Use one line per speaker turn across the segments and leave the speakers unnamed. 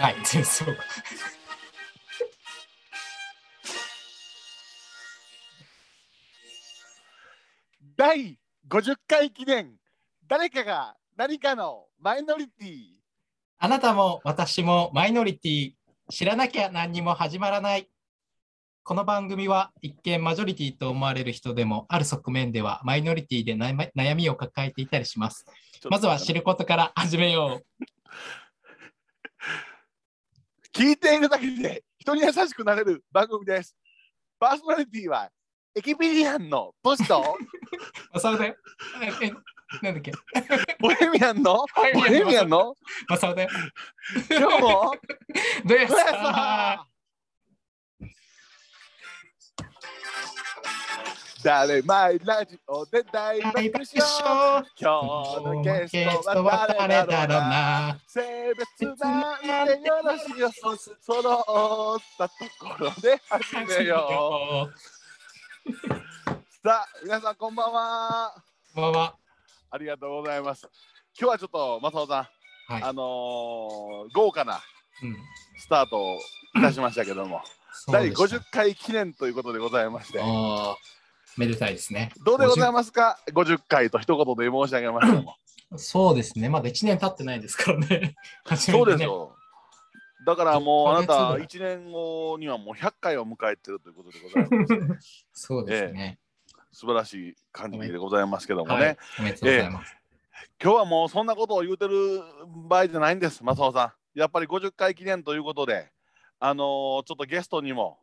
はい、 そう。
第50回記念誰かが何かのマイノリティ
あなたも私もマイノリティ、知らなきゃ何にも始まらない。この番組は一見マジョリティと思われる人でもある側面ではマイノリティで悩み悩みを抱えていたりします。まずは知ることから始めよう。
聞いているだけで人に優しくなれる番組ですパーソナリティはエキビリアンのポス ト
あそうだよ。ええなんだっけ
ボヘミアンのボヘミアンの
マサオだよ。
今日も
どうや
ブラザー誰マイラジオで大爆笑今日のゲストは誰だろうな性別なんてよろしいよそ揃ったところで始めようさあ皆さんこんばんは
こんばんは。
ありがとうございます今日はちょっと正雄さん、
はい
あのー豪華な
うん
スタートをいたしましたけども、
そう
第
でした
50回記念ということでございまして
おーめでたいですね。
どうでございますか50回と一言で申し上げましたも
そうですね。まだ1年経ってないですからね。 初めてね
そうです。よだからもうあな
一ヶ
た
月
1年後にはもう100回を迎えてるということでございます
そうですね。
素晴らしい感じでございますけどもね、
はい。おめでとうございます。
今日はもうそんなことを言うてる場合じゃないんです正雄さんやっぱり50回記念ということであのーちょっとゲストにも、
はい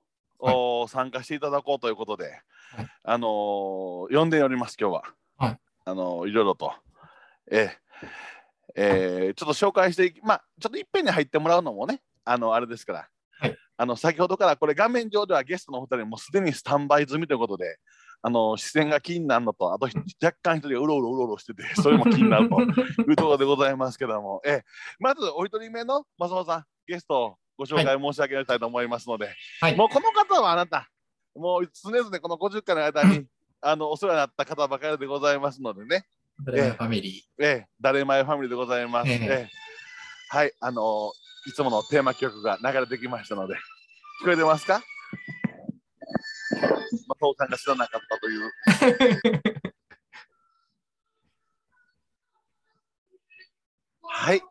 お参加していただこうということで、
はい
あのー呼んでおります今日は、
はい
あのーいろいろとええええちょっと紹介していきまあちょっといっぺんに入ってもらうのもねあのあれですから、
はい
あの先ほどからこれ画面上ではゲストのお二人もすでにスタンバイ済みということであの視線が気になるのと あとひ若干一人がうろうろうろうろしててそれも気になるというところでございますけども、ええまずお一人目の松本さんゲストをご紹介申し上げたいと思いますので、
はい
もうこの方はあなたもう常々この50回の間 にあのお世話になった方ばかりでございますのでね
ブラザーファミリ
ええ、誰前ファミリーでございます。
え
え
え
えはい、あのーいつものテーマ曲が流れてきましたので、聞こえてますかまあ、父さんが知らなかったという。はい、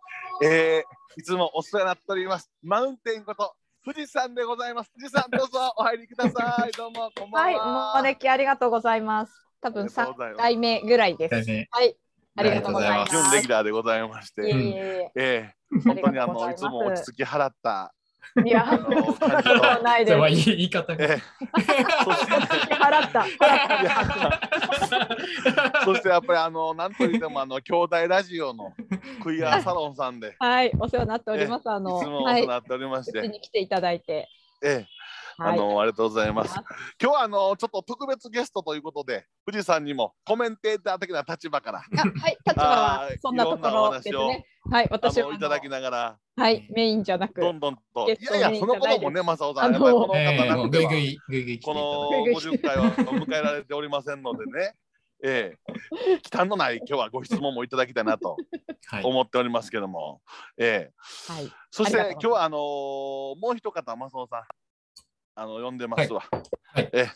えーいつもお世話になっております。マウンテンこと、富士山でございます。富士山、どうぞお入りください。どうも、こんば
はい、
んは。
もうできありがとうございます。多
あ
分
りがと
三
うございます
回目ぐらい
ー
で
です
す。
ね。
はい、ありがとうございます。
ありがとう
準レギュラーでございまして。
いえいえ
ええ、
あ
本
り
当
が
にあ
とうご
の
ざいます
いつも落ち着き払 った、
いえ。いや、
あの
そん
感
なこ
じの
とはない
それ
です。
はいい言い方が。
ええ、そして、
払った。払っ た。
いやそしてやっぱりあのなんといってもあの兄弟ラジオのクイアサロンさんでい
はい、お世話になっております。 あ
つ
の、
もお世
は
話に
い、
なっておりまして、
うちに来ていただいて。
ええ、あ
はい。
のありがとうございます。今日はあのちょっと特別ゲストということで富士山にもコメンテーター的な立場から
あはい、立場
あ
は
ー
そんなとこ
いろんなお
ろです
話を
ね。はい、
あ
私はあ
の
の
いただきながら
はい、メインじゃなく。
どんどんと
ゲ
い
スト
やいや
に
そのこともね正雄さんや
あ
っぱりこの
の
方
ええも
な
う
くて
ぐいぐ
はい
ぐいぐい来ていた
こ
だいて
の50回は迎えられておりませんのでね、ええ、忌憚のない今日はご質問もいただきたいなと
はい。
思っておりますけども、ええ、
はい。
そして
あり
今日
がとうご
はあのーもう一方、マスオさん、あの呼んでますわ。
いはい
ええ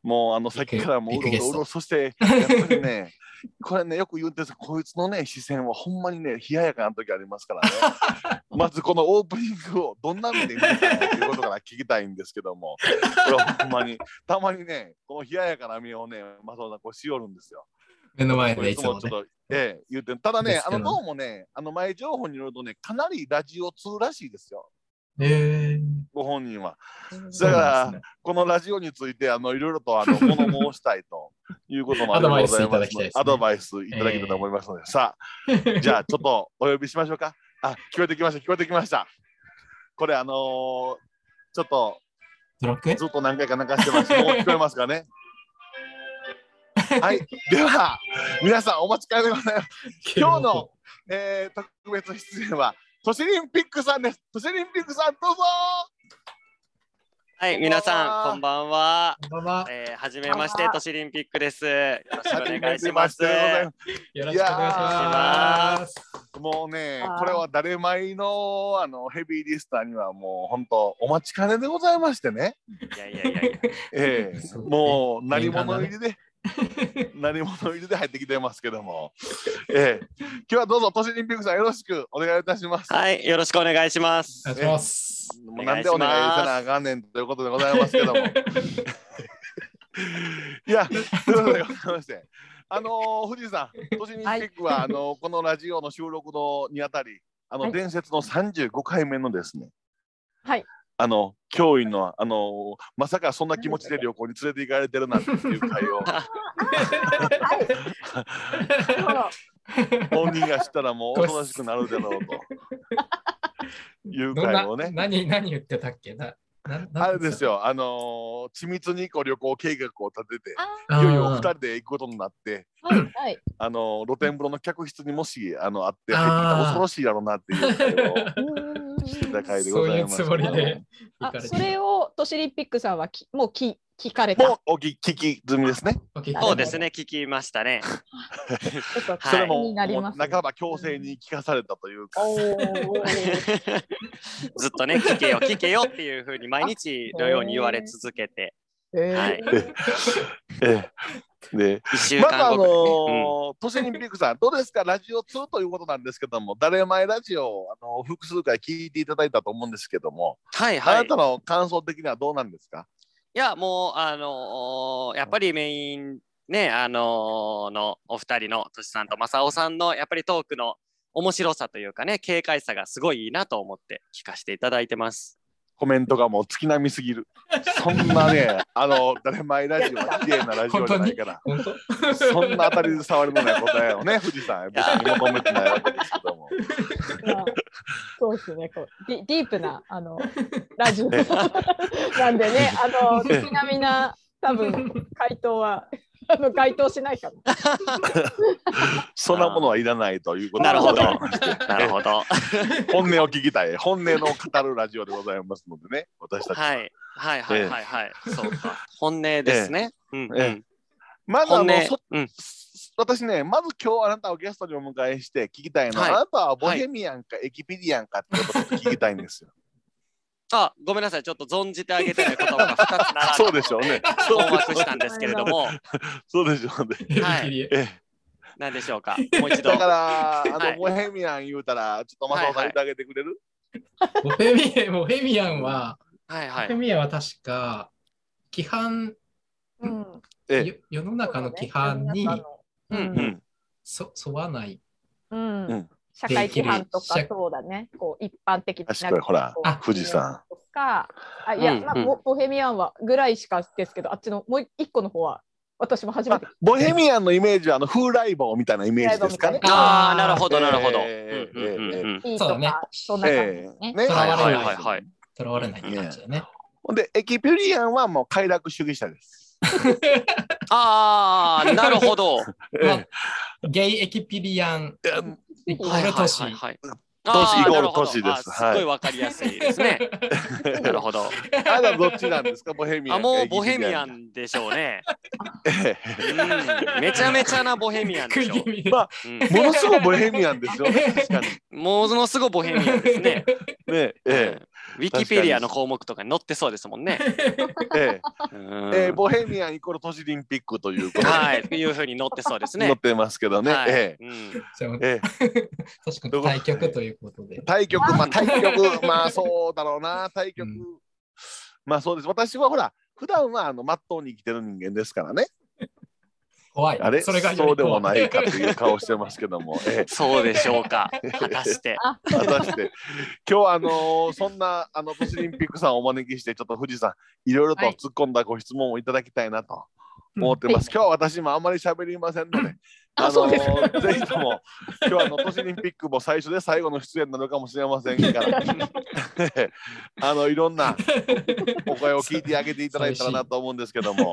もうあのさっきからも
ビ
うう
ッグ
ろう
ゲ
ろ
ス
う
ト
ろそしてやっぱりね これねよく言うんですこいつのね視線はほんまにね冷ややかな時ありますからねまずこのオープニングをどんな目で見てたのっていうことから聞きたいんですけどもこれはほんまにたまにねこの冷ややかな目をねマスオさんこうしよるんですよ。
目の前
こ
で
れい
い
つ
つ
も
も
ちょっ
ね。
と、ええ、言うてんただね
です
あ
けど
のどうもねあの前情報によるとねかなりラジオ通らしいですよ。
え
ご本人は。
え。
だから、
そうなんですね
このラジオについて、あの、いろいろ と、あの、物申したいということもありがとうござい
アドバイスい
ま
ただき
す
たいですね
アドバイスいただけたと思いますので、さあ、じゃあ、ちょっとお呼びしましょうか。あ、聞こえてきました、聞こえてきました。これ、あのーちょっと、
ドラッグ
ずっと何回か流してます。もう聞こえますかね。はい、では、皆さん、お待ちかねでございます。今 日の、えー特別出演は、都市リンピックさんです。都市リンピックさん、どうぞ
はい、皆さん、
こ
こ
ん
んばんは。
こんばんは。
えー、はじめまして、都市リンピックです。よろしくお願いします。
はじめましてで
よろ
ございます
しくお願いします。
もうね
あー
これは誰前のあのヘビーリスターにはもう本当お待ちかねでございましてね、
いやいやいやいや。
ええ
そうね
もう何者入りで、 何者入りで入ってきてますけども、ええ今日はどうぞ都市オリンピックさんよろしくお願いいたします。
はい、よろしくお願いします。
願いします。
もうなんでお願いせなあかんねんということでございますけども。いや、ということでございまして、あのー、藤井さん、都市オリンピックは、あのーこのラジオの収録のにあたり、あの、
はい
伝説の35回目のですね、
はい。
あの、脅威の、あのーまさかそんな気持ちで旅行に連れて行かれてるなんていう会 を、本人がしたらもうおとなしくなるだろうと。いう
どん
会
な
をね、
何何言ってたっけなななん
あれですよ、あのー緻密にこう旅行計画を立てて、
あー
いよいよお二人で行くことになって、
はい。 はい。
あの露天風呂の客室にもしあのあって
あー
入ってきたら恐ろしいやろうなっていう会を してた回でございますけど
そういうつもりで行
あ
か、れて
それをトシリンピックさんはきもうき聞かれた。
もうお聞き聞き済みですね。
オッケー
そうですね、聞きました ね。
ちょっと
はい
それ
気
も,、
になり
もう
ます。
半ば強制に聞かされたというか、
おー
ずっとね、聞けよ、聞けよっていうふうに毎日のように言われ続けて、
えー
はい、
ええで
1週
まずあ
間
のー
後くらい、
都市オリンピックさんどうですかラジオ2ということなんですけども誰前ラジオをあの複数回聞いていただいたと思うんですけども、
はいは
あ
い。
なたの感想的にはどうなんですか
いや、もう、あのーやっぱりメイン、ね、あのーのお二人の、としさんと正雄さんの、やっぱりトークの面白さというかね、軽快さがすごいいいなと思って聞かせていただい てます。
コメントがもう月並みすぎるそんなねあの誰前ラジオは綺麗なラジオじゃないから。
本当
そ んな当たり障りのない答えを ね、富士山、別に求めてないわけですけども。
まあそうですね。こうディディープな あのラジオなんでね、あの
ええ
月並みな多分回答は あの該当しないかも。
そんなものはいらないということ で
なるほど。
本
なるほど。
音を聞きたい、本音の語るラジオでございますのでね、私たち。
はい。はいはいはいはい。そうか。本音ですね。うん、う
え
ん。
まずあ
本
の
音。
そ
うん。
私ね、まず今日あなたをゲストにお迎えして聞きたいのは、
はい
あなたはボヘミアンかエキペディアンかってことを聞きたいんですよ。
あ、ごめんなさい。ちょっと存じてあげてない言葉が2つ並んで
そうでしょうね。
困惑したんですけれども、
そうでしょうね。
はい
ええ
何でしょうか。 もう一度
だ。から、あ
は
の
い
ボヘミアン言うたら、ちょっとマサオさん言ってあげてくれる
ボヘミボヘミアンは、
はいは
ボヘ
い。
ミアンは確か規範、
うん。
え
よ世の中の規範に
う
うん
うん
ん。
そ沿わない。
うん
う
うんん。社会規範と
で
か
きる
そうだね。こう一般的な。
確かにほら
こう
あ
富士山。
とか。あいや、
うん
まあ
うん
ボボヘミアンはぐらいしかですけど、あっちのもう一個の方は私も初め
あ
て。
ボヘミアンのイメージはあの風来坊みたいなイメージですかね。
ああ、なるほど、
えー
なるほど。
えー
うんうんうんうん
いい
そ
と
うだね
かそんな感じ
え
ね
えね
はいはい
はいはい
とらわれないって感じだね。
ほんでエキピュリアンはもう快楽主義者です。
ああ、なる ほど。はい
ま
え
あゲイエキピリアン、
ええ
イコ
は
ー
い
ル
は
都
い
市。
はいはい。
都市
あー
イコール
なるほ
都
ど
市です
あ
はい
ーすごいわかりやすいです ね。なるほど。
あなたどっちなんですかボヘミアン。
あ、もうボヘミア
ン。
ンでしょうね。
ええ
うんめちゃめちゃなボヘミアンで しょ
食
う。
い気味で
まあ
うん
ものすごいボヘミアン ですよね。確かに。
ものすごいボヘミアンですね。
ねえ え
うんウィキペディアの項目とかに載ってそうですもんね。
え
うん
えええボヘミアンイコール都市オリンピックということ
はい、っていうふうに載ってそうです
で載
ね
っ。てますけど ね。
はい
ええ
うん
じゃあ
え
確かに対局ということで
え。対局まあ対局 まあそうだろうな対局。
うん
まあそうです。私はほら普段はあのまっとうに生きてる人間ですからね。
怖い。
あれ
そ
そ
れがより
うでも
怖
ない かという顔してますけども、え
そうでしょうか。果たして。
え、果たして今日はあのーそんなあの都市オリンピックさんをお招きしてちょっと富士山いろいろと
はい
突っ込んだご質問をいただきたいなと思ってます。今日は私もあんまり喋りませんので、
あ
あの
そうです
ーぜひとも今日はあの都市オリンピックも最初で最後の出演なのかもしれませんから、あのいろんなお声を聞いてあげていただいたらなと思うんですけども。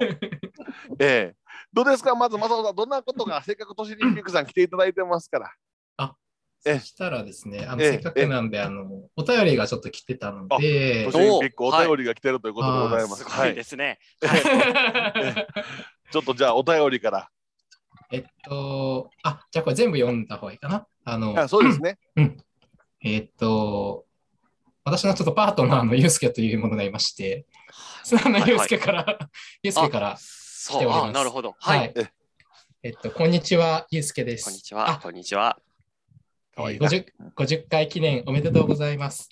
ええ、どうですか、まず、まささん、どんなことが、せっかく都市オリンピックさん来ていただいてますから。え
そしたらですね、あの
ええ
せっかくなんで、あのお便りがちょっと来てたので
都市オ
あ
リンピックお便りが来てるということでございますす。
ご
はいい、
ですね。
ちょっとじゃあ、お便りから。
えっと、あ、じゃあこれ全部読んだ方がいいかな。あの、
あそうですね。
えーっと、私のちょっとパートナーのユうスケというものがいまして、そのユうスケから、 ユうスケから、
そ
来て
う
おります
あなるほどはい、
え
えっと、こんにちは、ユうスケです。
こんにちは
あ
こんにちは
えー 50, 50回記念おめでとうございます。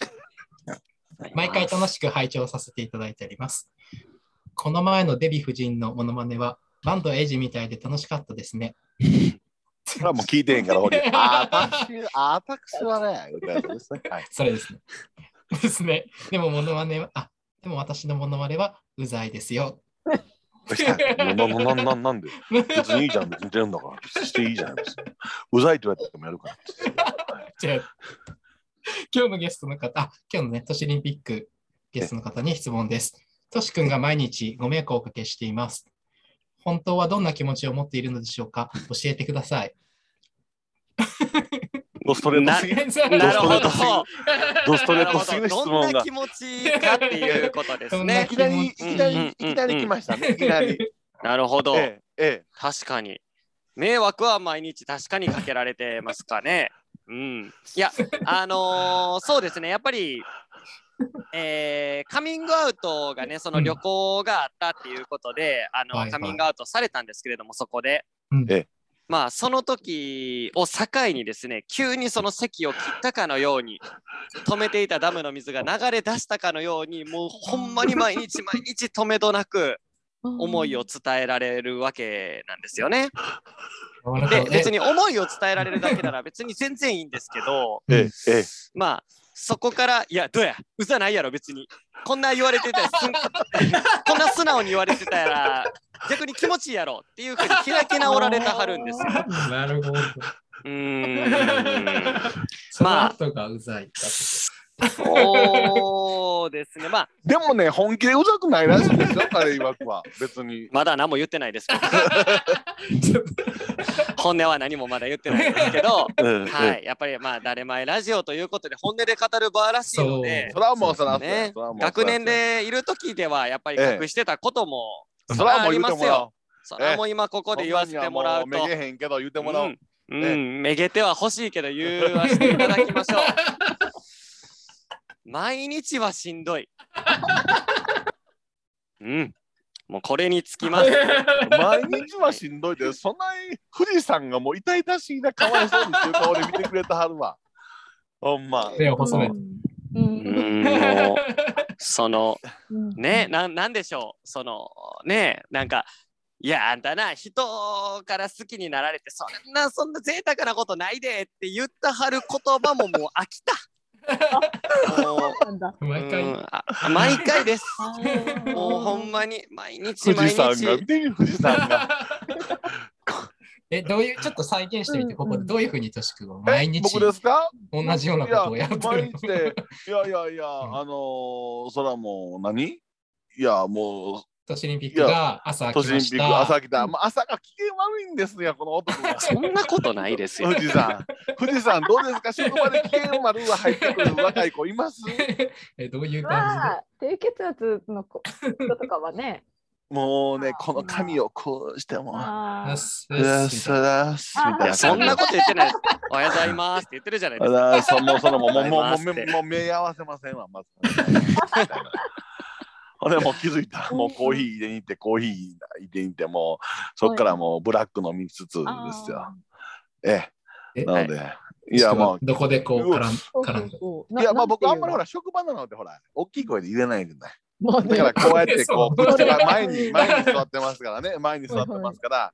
毎回楽しく拝聴させていただいております。この前のデヴィ夫人のモノマネは、バンドエイジみたいで楽しかったですね。
それはもう聞いてへんから、ほり。あ私、あ私はね、みたいなことですね。はい。
それですね。ですね。でも、モノマネは、あ、でも私のモノマネはうざいですよ。
どうしたな、な、な、ななんで別にいいじゃん、別に出るんだから。別にしていいじゃないですか。うざいって言われてもやるから。
じゃあ今日のゲストの方、あ今日のね、都市オリンピックゲストの方に質問です。とし君が毎日ご迷惑をおかけしています。本当はどんな気持ちを持っているのでしょうか教えてください。
ドストレートすぎる。
な
なるほど
ドストレートドストレートすぎる質問が
どんな気持ちかっていうこと ですね
いきなり、いきなり、いきなり来ま したね。いきなり。
なるほど、
ええ、え
確かに迷惑は毎日確かにかけられてますかねうんいやあのーそうですねやっぱりえーカミングアウトがねその旅行があったっていうことで、あの
はいはい
カミングアウトされたんですけれどもそこで、
うん
ええ
まあその時を境にですね急にその席を切ったかのように止めていたダムの水が流れ出したかのようにもうほんまに毎日毎日止めどなく思いを伝えられるわけなんですよね。で別に思いを伝えられるだけなら別に全然いいんですけど
え、ええ、ええ。
まあそこから「いやどうやうざないやろ別に」こんな言われてたらすん こんな素直に言われてたら逆に気持ちいいやろっていうふうに開き直られたはる んですよ。
なるほど。
うーん
そ
ま
の
あ
後がうざい。
そうですねまあ
でもね、本気でうざくないらしいですよ、彼曰くは。 別に。
まだ何も言ってないです僕 本音は何もまだ言ってないですけ ど。は
はい。
い、やっぱりまあ誰前ラジオということで本音で語る場らしいので
そ、れはもうそら、
ね
そらもうそら
学年、でいる時ではやっぱり隠してたことも、
そらもう言うてもらおう。
それはもう今ここで言わせてもらうと、
そんなにはもうめげへんけど言ってもらおう。
うん、
ね
うんめげては欲しいけど言わせていただきましょう。 毎日はしんどい。うん、もうこれにつきます。
毎日はしんどいで、そんなに富士山がもう痛々しいな、かわいそうにっていう顔で見てくれたはるわ。ほんま。
手を細めて。
う。
うんん、もうその
うん。
ねなんなんでしょうそのねなんかいやあんたな人から好きになられてそんなそんな贅沢なことないでって言ったはる言葉ももう飽きたも
なんだ。
う
毎回
う。んあ毎回です もうほんまに毎日
富
毎
士山が、
日
見てみ富士山が。
え、どういう、ちょっと再現してみて、ここでどういうふうにとし君は
え
毎日
僕ですか
同じようなことをやってるの
い毎日で、いやいやいや、あのー、そらもう何いや、もう、
都市オリンピックが朝来
都
ま
市オリン
し
ピック、朝
た。
来た。まあ、朝が機嫌悪いんですよ、この男が。
そんなことないですよ
富士山、富士山どうですか職場で危険丸が入ってくる若い子います
え、どういう
ま
感
あ、低血圧の子人とかは ね。
もうね、この髪をこうしても、
じで
あ
す
うっすらっすみ
い
たい
や
な。
そんなこと言ってないですおはようございますって言ってるじゃないですか
あそもうそのもうもうもうもう
ございますって
もう目合わせませんわまず。 俺もう気づいたもうコーヒー入れに行ってコーヒー入れに行ってもうそっからもうブラック飲みつつで
あ。
すよ。ええ
え
なので、い、やまあ
どこでこう絡ん絡んで。
い
いやまあ僕あんまりほら職場なのでほら大きい声で言えないんでね。
まあ
だからこうやってこう
そう
ぶつか前に前に座ってますからね前に座ってますから。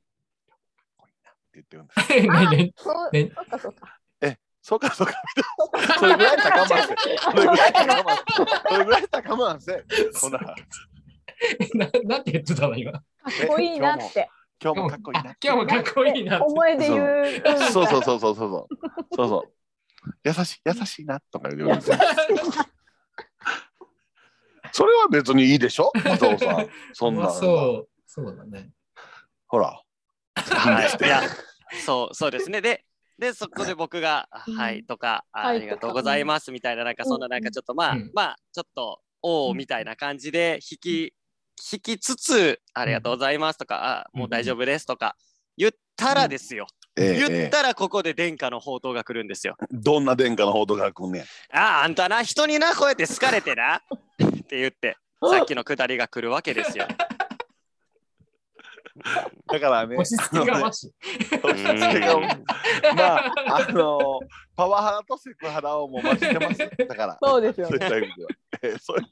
って言ってるんです。
え何々
そう、
ね
そっかそっ か。
そうかそう かみたいな。それぐらい高まって。それぐらい高まって。それぐらい高まって。ほら。
ななんて言ってたの今。
かっこいいなって。
今日もかっこいいな
あ。今日もかっこいいなって。
思いで言う。
そうそうそうそうそうそう。そうそう。優しい、優しいなとか言うて。 それは別にいいでしょ松尾さん。そん
ま
な
あ。そう、そうだね。
ほら。
はい、いや、そう、そうですね。で、で、そこで僕が、あはい、とか、あ
はい
ありがとうございますみたいな、なんか、そんな、なんか、ちょっと、まあ
うん、
まあ、ちょっと、おお、みたいな感じで、引き、引きつつ、ありがとうございますとか、あもう大丈夫ですとか、言ったらですよ。
ええ
言っ
ええ
たらここで殿下の宝刀が来るんですよ。
どんな殿下の報道が来んねん。
ああ、あんたな、人にな、こうやって好かれてな。って言って、さっきのくだりが来るわけですよ。
だから ね、
星付きがまし。
う
押し付けが
ん
まあ、あのパワハラとセクハラをもう混じってます。だから、
そうですよ
そういっ
ね。
た意味では。ええそうい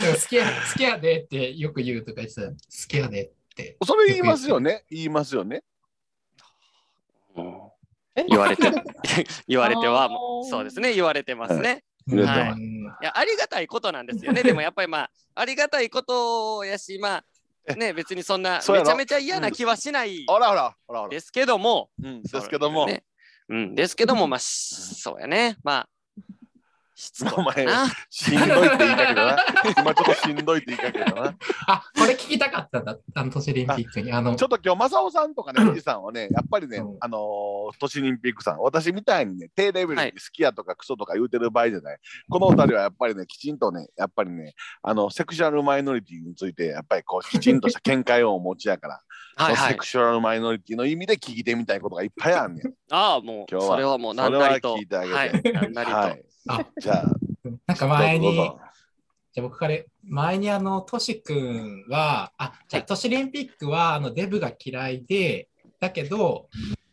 で も好きや、好きやでってよく言うとか言ってた。好きやでって。
それ言いますよね。言いますよね。
え
言われて 言われては
あー
そうですね言われてますね。
はい
うん
いやありがたいことなんですよ ねでもやっぱりまあありがたいことやしまあね別にそんな
そうや
め
ろ
ちゃめちゃ嫌な気はしない
あらほら、ほらほら。
ですけども
うん、ですけども、
ねうん、ですけどもまあしそうやねまあしつこい かな
しんどいって言いかけ だな。今ちょっとしんどいって言いかけだな。
あ、これ聞きたかったんだ。あの、都市オリンピックに。あの
ちょ、っと今日、正雄さん とかね、富士さんはね、やっぱりね
うん、
あのー、都市オリンピックさん、私みたいにね、低レベルに好きやとかクソとか言うてる場合じゃない。このお二人はやっぱりね、きちんとね、やっぱりね、あの、セクシュアルマイノリティについて、やっぱりこう、きちんとした見解をお持ちやから、
はいは
セ
い
クシュアルマイノリティの意味で聞いてみたいことがいっぱいあんねん。
ああもう
今日は
それはもう何なりと
それは聞いてあ
は
げ
い何なりと、
はい。
あ
じゃ
なんか
あ、
前
どう
に、じ
ぞど
ゃ
うぞ
あ僕から、前にあの、トシ君は、あ、じゃあ都市オリンピックは、あの、デブが嫌いで、だけど、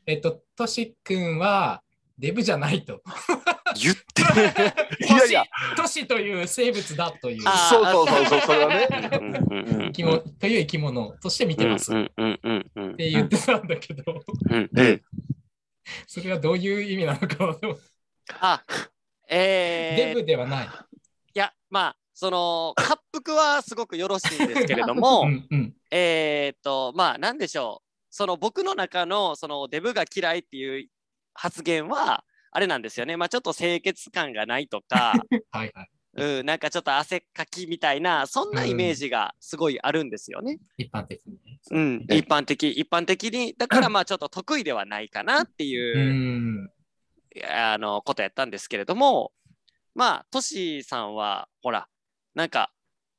えっと、トシ君は、デブじゃないと。
言ってる
いやいや、
都市という生物だという
あ
そうそうそうそう、それはね。
うんうんうんうん
生き物、という生き物として見てますっ
うんうんうんうん
て言ってたんだけど、
うん
ええ
それはどういう意味なのかは、でも
あえー
デブではない。
いやまあその滑腹はすごくよろしいんですけれども、
うんうん。
えーっとまあ何でしょうその僕の中のそのデブが嫌いっていう発言はあれなんですよねまあちょっと清潔感がないとか、
はいはい。
うん、なんかちょっと汗かきみたいなそんなイメージがすごいあるんですよね、
一般的にね。
うん、
え
一般的一般的にだからまあちょっと得意ではないかなっていうう、
ん。
あのことやったんですけれどもまあトシさんはほらなんか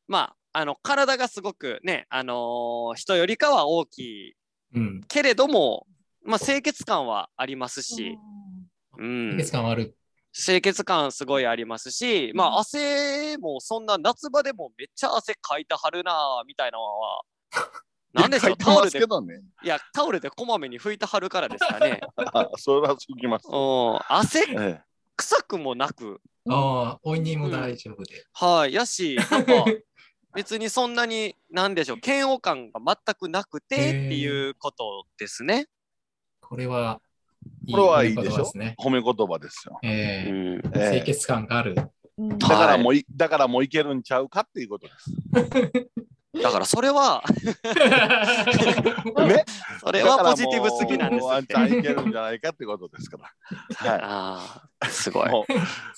まああの体がすごくねあのー人よりかは大きい
うん。
けれども、まあ、清潔感はありますし、う
季
ん、
節感はある。
清潔感すごいありますし、まあ、汗もそんな夏場でもめっちゃ汗かいてはるなぁみたいなの はなんでしょうタオル
す
で
けどね。
いやタオルでこまめに拭いてはるからですか ね、
あそれは続きます。
うん、汗
ええ
臭くもなく
うん
ああ、おいにも大丈夫で。
はい、やし、な んか別にそんなに、なんでしょう、嫌悪感が全くなくてっていうことですね。
これは、
これはいいでしょ
言葉すね。
褒め言葉ですよ。
う
え
ん、
え
え
清
え
潔感があ る。
うん
だからもうい、だからもういけるんちゃうかっていうことです。
だからそれ は、
ね、
それはポジティブすぎなん
だから
です
もうワ
っ
ン
て
ち。ゃんいけるんじゃないかってことですから。 は
ああ、すごい
い。。もう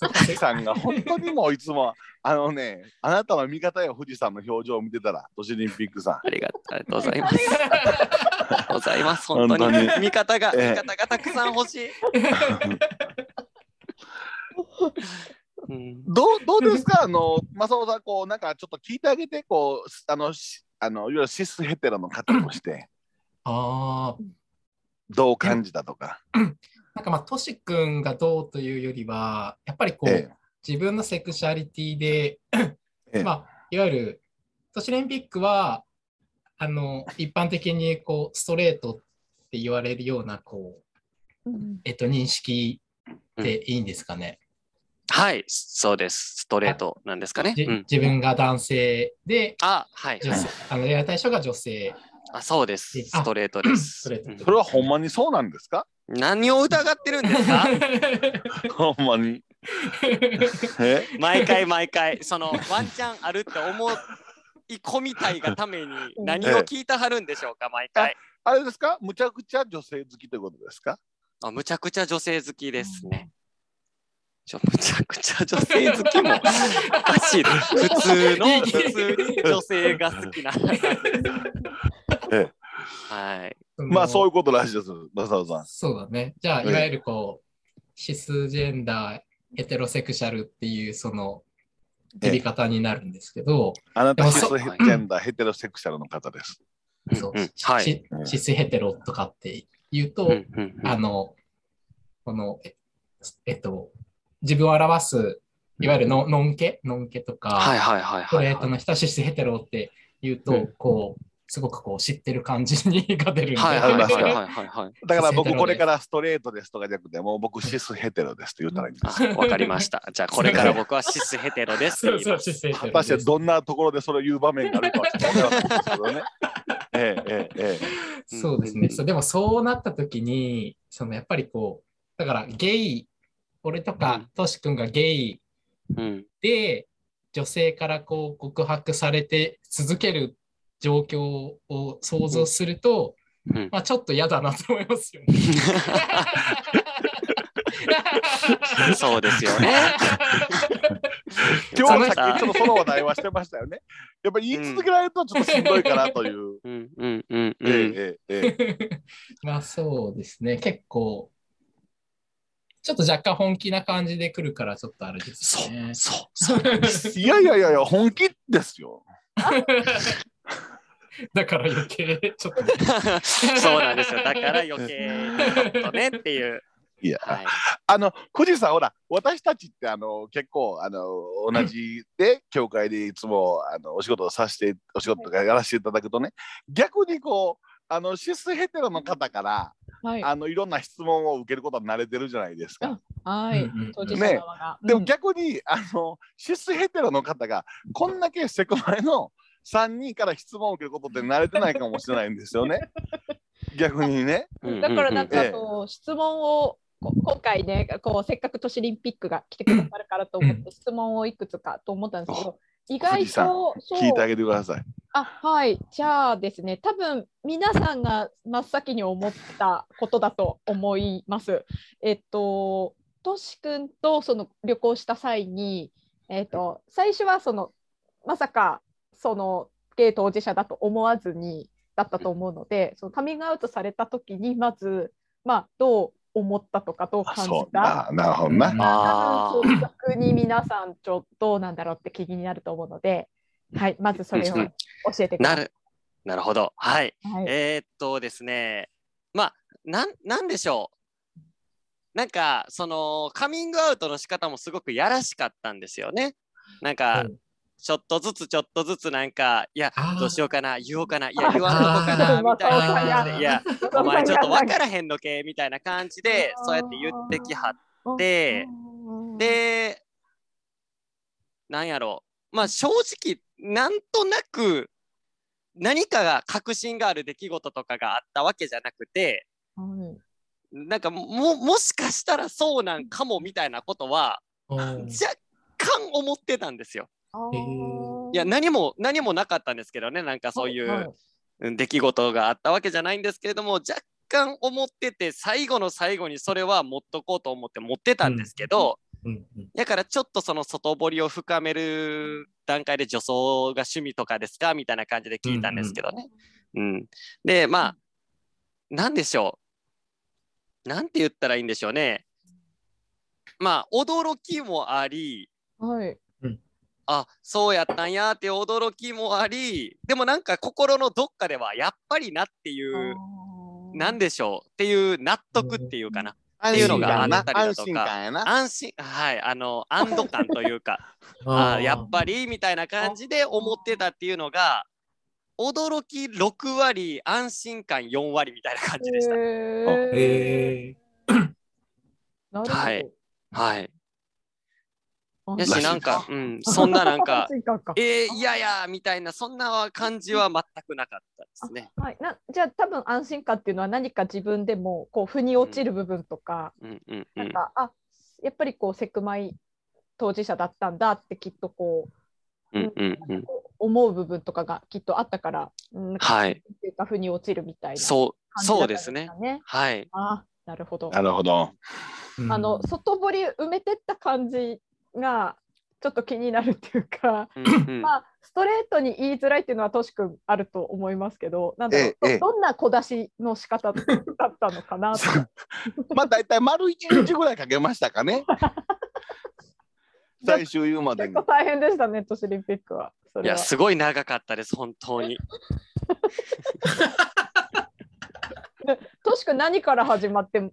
富士さんが本当にもういつもあのね、あなたの味方や富士山の表情を見てたら、都市オリンピックさ
ありがとうござい ます。ありがとうございます。本当に
本当に
味方が、
ええ
味方がたくさん欲しい。うん
ん。 どうどうですか、あの、正雄さん、こう、なんかちょっと聞いてあげて、こう、あの、しあのいわゆるシスヘテラの方として、
ああ、
どう感じたとか。
なんかまあ、トシ君がどうというよりは、やっぱりこう、
え
自分のセクシャリティで、
ええ
まあ、いわゆる都市オリンピックはあの一般的にこうストレートって言われるようなこう、
うん
えっと、認識でいいんですかね、
はい、そうです。ストレートなんですかね。
じ
うん、
自分が男性で
あ、はい。
女性あの恋愛対象が女性
あ、そうです。
であ
ストレートです。
ストレート
うん
えそれはほんまにそうなんで すか
何を疑ってるんですか
ほんまに。え
毎回毎回 そのワンチャンあるって思い込みたいがために何を聞いてはるんでしょうか毎回
あれですかむちゃくちゃ女性好きということですか
あむちゃくちゃ女性好きですねちょむちゃくちゃ女性好きもおかしいです普通の普通に女性が好きな
え
はい
まあそうい
いう
ことらしいです、マサオさん。
そうだねじゃあ
ええ
いわゆるこう、シスジェンダーヘテロセクシャルっていうその呼び方になるんですけど、
あな
で
た
も
シス
そ
ジェンダー、ヘテロセクシャルの方です。
そう
うんはい。
シシスヘテロとかって言うと、
うんうんうん
あの、この、ええっと、自分を表す、いわゆるノンノンケ、ノンケとか、
はいはいはいはいはい。
ストレートの人はシスヘテロって言うと、
うん
こう、すごくこう知ってる感じに が出るんで、
はいはいはいはいはいはい。
だか
シ
ら
スヘテロ
僕
です
これからストレートですとかじゃなくて、もう僕シスヘテロですって言ったらいいんです。
あわかりました。じゃあこれから僕はシスヘテロですっ
そう
て言い
そ
ま
う、
す。
シスヘテ
果
ロ
た
で
し
す
て。どんなところでそれを言う場面があるかはちょっとわからないですけど ね。えええええ
そうですね、そうでもそうなった時にそのやっぱりこうだからゲイ俺と
う
か
ん
トシ君がゲイ
うん
で女性からこう告白されて続ける状況を想像すると、
うん
まあ、ちょっと嫌だなと思いますよね。
そうですよね。
え今日はさっきちょっとその話題はしてましたよね。やっぱり言い続けられるとちょっとしんどいかなという。
うんうんうん
え
う
え
ん。
えええ
まあそうですね結構ちょっと若干本気な感じで来るからちょっとあれですね。
そう
えいやいやいやいや本気ですよ。
だから余計ちょっと。
そうなんですよ。だから余計ちょっとねっていう。
いや
はい。
あの富士山ほら私たちってあの結構あの同じで教会でいつもあのお仕事をさせてお仕事とかやらせていただくとね逆にこうあのシスヘテロの方から
はい。
あのいろんな質問を受けることに慣れてるじゃないですか。
は
う
い
んうんうん。
当事者側が。
でも
うん
逆にあのシスヘテロの方がこんだけセコマイの3人から質問を受けることって慣れてないかもしれないんですよね。逆にね。
だからなん
ええ
かこう質問をこ今回ねこうせっかく都市オリンピックが来てくださるからと思っ
う
て質問をいくつかと思ったんですけど意
藤
外
井さん
とそう
聞いてあげてください。
あはいじゃあですね多分皆さんが真っ先に思ったことだと思います。えっととし君とその旅行した際に、えっと、最初はそのまさかそのゲイ当事者だと思わずにだったと思うのでそのカミングアウトされた時にまず、まあ、どう思ったとかどう
あ
感じ
そう
た
ななるほどな。
あ
多分そう逆に皆さんちょっとどうなんだろうって気になると思うので、はい、まずそれを教えて
あ、
くだ
な
さい。
る。なるほど。はい。
はい、
えーっとですね。まあ、なん、なんでしょう。なんか、そのカミングアウトの仕方もすごくやらしかったんですよね。なんか、
うん
ちょっとずつちょっとずつなんか、いや
あー、
どうしようかな、言おうかな、いや、言わんとこかな、
あー
みたいな
また
感
お
じ
前
で、いや、お前ちょっと分からへんのけ、みたいな感じで、そうやって言ってきはって、で、なんやろう、まあ正直、なんとなく、何かが確信がある出来事とかがあったわけじゃなくて、
うん、
なんかももしかしたらそうなんかもみたいなことは
うん
若干思ってたんですよ。
え
いや何も何もなかったんですけどねなんかそういううん出来事があったわけじゃないんですけれども若干思ってて最後の最後にそれは持っとこうと思って持ってたんですけど、
うんうん
だからちょっとその外堀を深める段階で女装が趣味とかですかみたいな感じで聞いたんですけどね。うんでまあ何でしょうなんて言ったらいいんでしょうね。まあ驚きもあり
はい、
あそうやったんやっていう驚きもありでもなんか心のどっかではやっぱりなっていうなんでしょうっていう納得っていうかな
って
いうのがあ
な
ったりだ
安
とか
心感やな。
安心はいあの安堵感というか
あ
あ
ー
やっぱりみたいな感じで思ってたっていうのが驚き6割安心感4割みたいな感じでした。
あ
え
へ
なるほど
はいはい、
あ
や
らしいで
し
す
なんか、うん、そんななんか
安心感か
えー、いやいやみたいなそんな感じは全くなかったですね。
はい、なじゃあ多分安心感っていうのは何か自分でもこう腑に落ちる部分とか、
うんうんう
なん
ん、
かあやっぱりこうセクマイ当事者だったんだってきっとこう,、
うんうんうん、
思う部分とかがきっとあったから、うん、
はい
っていうか腑に落ちるみたいな感じ
そう
だった
そうんで
ですす
ね。
かね。
はい。
あなるほど。
なるほど。
ー
あの外堀埋めてった感じがちょっと気になるっていうか、まあストレートに言いづらいっていうのはとしくんあると思いますけど、なんだろう、
ええ
どどんな小出しの仕方だったのかなと。
まあ大体丸一日ぐらいかけましたか ね。最終言うまで
結
に
構。大変でしたね、都市オリンピックは。そ
い
れは
やすごい長かったです本当に。
としくん何から始まって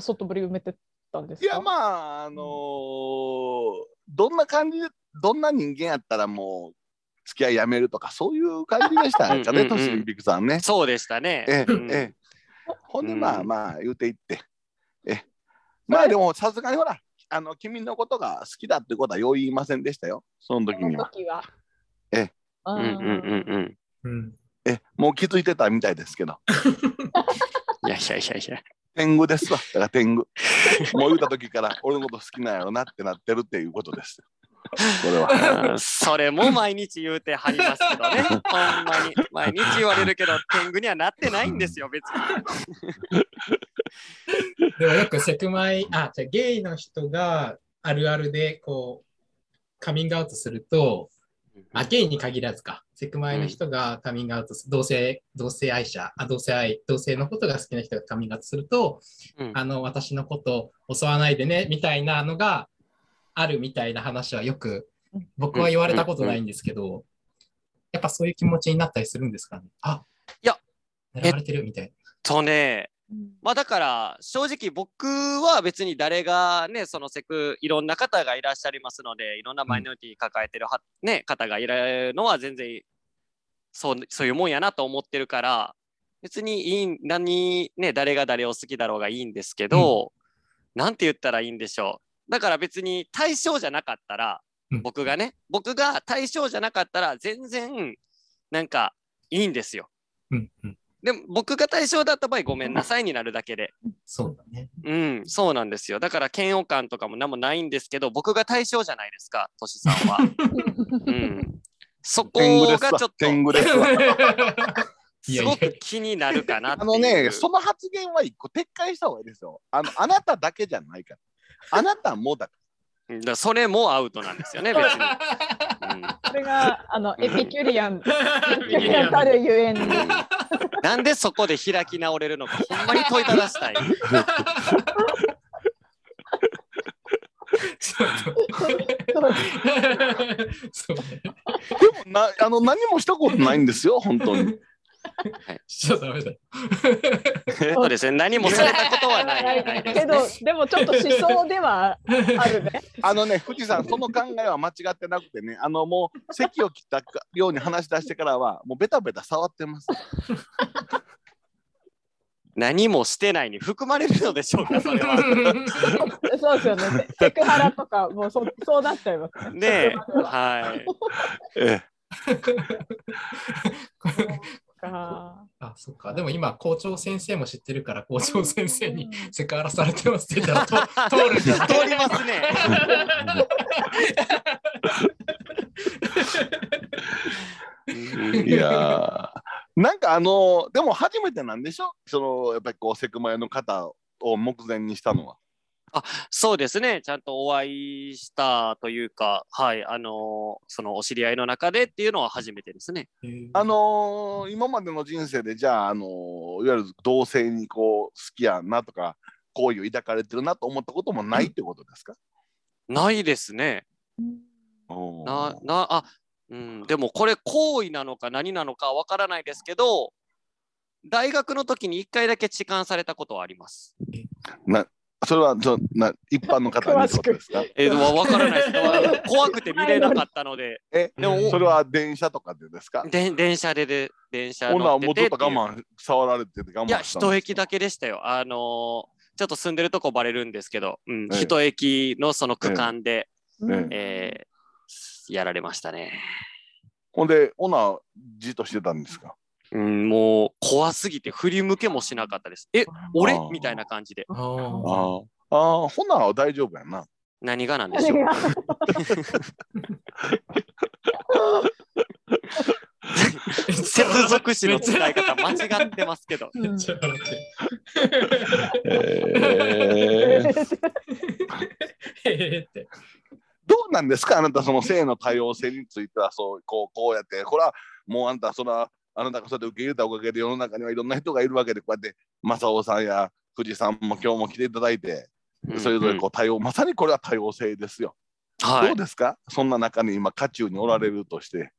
外堀埋めてたんです
い
か
やまああのーどんな感じでどんな人間やったらもう付き合いやめるとかそういう感じでしたんじゃ
うん
ね
うんう
と
ん
しりくさんね。
そうでしたね。
ええ
うん
ええ、ほんで
うん
まあまあ言うていって、ええ、まあでもさすがにほらあの君のことが好きだってことはよう言いませんでしたよその時
そ
に
の
は。
時は。
ええ
う
うんんうんうん
うん、
ええもう気づいてたみたいですけど
うん。いやいやいやいや。
天狗ですわだから天狗もう言うた時から俺のこと好きなんやろなってなってるっていうことです。これ は
うんそれも毎日言うてはりますけどね。ほんまに。毎日言われるけど、天狗にはなってないんですよ、別に。
でもよくセクマイ、あ、じゃあゲイの人があるあるでこう、カミングアウトすると、あ、ゲイに限らずか、セクマイの人がカミングアウトする、同性、同性愛者、あ、同性愛、同性のことが好きな人がカミングアウトすると、
うん
あの、私のこと襲わないでね、みたいなのがあるみたいな話はよく、僕は言われたことないんですけど、やっぱそういう気持ちになったりするんですかね。あ、
いや、
狙われてるみたいな。
とね、
うん
まあだから正直僕は別に誰がねそのセクいろんな方がいらっしゃいますのでいろんなマイノリティ抱えてるは、ね、方がいられるのは全然そうそういうもんやなと思ってるから別にいい何、ね、誰が誰を好きだろうがいいんですけど、なんて言ったらいいんでしょうだから別に対象じゃなかったら
うん
僕がね僕が対象じゃなかったら全然なんかいいんですよ。
うん、うん、
でも僕が対象だった場合ごめんなさいになるだけで
そうだ ね。
うん、そうなんですよ。だから嫌悪感とかも何もないんですけど、僕が対象じゃないですか、トシさんは。うん、そこ
天狗です
が
わ
ちょっと
天狗ですわ。
い
す
やいや
ごく気になるかなって
あ
いう。
のね、その発言は一個撤回した方がいいですよ。あの、あなただけじゃないから。あなたもだか
うんだからそれもアウトなんですよね、別に。うん
これがあのエピキュリアン、エピキュリアンた
誰
るゆえん。
うんなんでそこで開き直れるのか、ほんまに問いただしたい。
そう
そう
そう
ら。でも、 な、あの、何もしたことないんですよ、本当に。
しちゃダメだ。
そうですね、何もされたこと はないないで
け
す
ど
ね。、
でもちょっと思想ではあるね。
あのね、富士山、その考えは間違ってなくてね、あの、もう、席を切ったように話し出してからは、もうベタベタ触ってます。
何もしてないに含まれるのでしょうか、それは。
そうですよね。セクハラとか、もうそそうなっちゃいます。
ねえ、はい。
え
か
あ、そっか。でも今、校長先生も知ってるから、校長先生にセクハラされてますって言ったらと 通るんじゃない
通ります ね。
え。いやーなんかあの、でも初めてなんでしょその、やっぱりこう、セクマヤの方を目前にしたのは。
そうですね、ちゃんとお会いしたというか、はい、あのそのお知り合いの中でっていうのは初めてですね。
あ、のー今までの人生でじゃあ、あのーいわゆる同性にこう好きやなとか好意を抱かれてるなと思ったこともないってことですか、
ないですね。
おー
な、な、あ、うん、でもこれ行為なのか何なのかわからないですけど、大学の時に一回だけ痴漢されたことはあります。
それはちょな一般の方にってことですか
えー、わわからないです。怖くて見れなかったので、
え
でも
それは電車とかでですか
で電車でで、電車
女
乗
は
って
もう
てって
ず
い
っ
う
と我慢触られてて我慢
いや、
したの
一駅だけでしたよ。あのーちょっと住んでるとこバレるんですけど、うん、
ええ
一駅のその区間で、
え
えーやられましたね。
ほんで女はじっとしてたんですか
うん、もう怖すぎて振り向けもしなかったです。え、俺
あー
みたいな感じで。
あー
あーあーほなは大丈夫やな
何がなんでしょ
何
う。
が
接続詞の使い方間違ってますけど。
めっちゃ笑って
えー
へへって。
どうなんですかあなたその性の多様性についてはそうこうこうやってこれはもうあなたそらあなたがそうやって受け入れたおかげで世の中にはいろんな人がいるわけでこうやって正雄さんや富士山も今日も来ていただいてそれぞれこう多様、まさにこれは多様性ですよ、
うんは
ど。
いう
ですかそんな中に今渦中におられるとして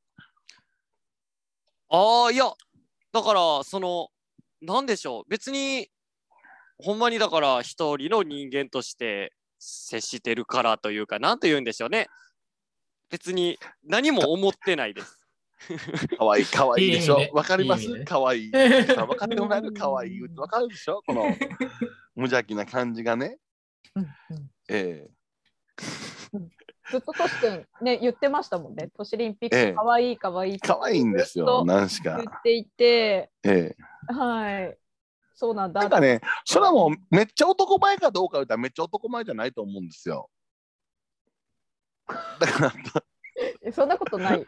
ああ、いや、だからそのなんでしょう別にほんまにだから一人の人間として接してるからというかなんと言うんでしょうね別に何も思ってないです。
かわいい、かわいいでし
いい意
ょ
味。で
わかりま
いい意味
す
で
かわい い。わかってもらえるかわいい。わかるでしょこの無邪気な感じがね。え
ずっとトシ君ね言ってましたもんね。トシリンピッ
ええ
ク可愛い可愛い
えかわいいんです
ずっ
よ、
と
何し
言
か。
っていて、
ええ
はい。そうなんだ。
なんかね、それはもうめっちゃ男前かどうか言ったらめっちゃ男前じゃないと思うんですよ。だから、
えそんなことない。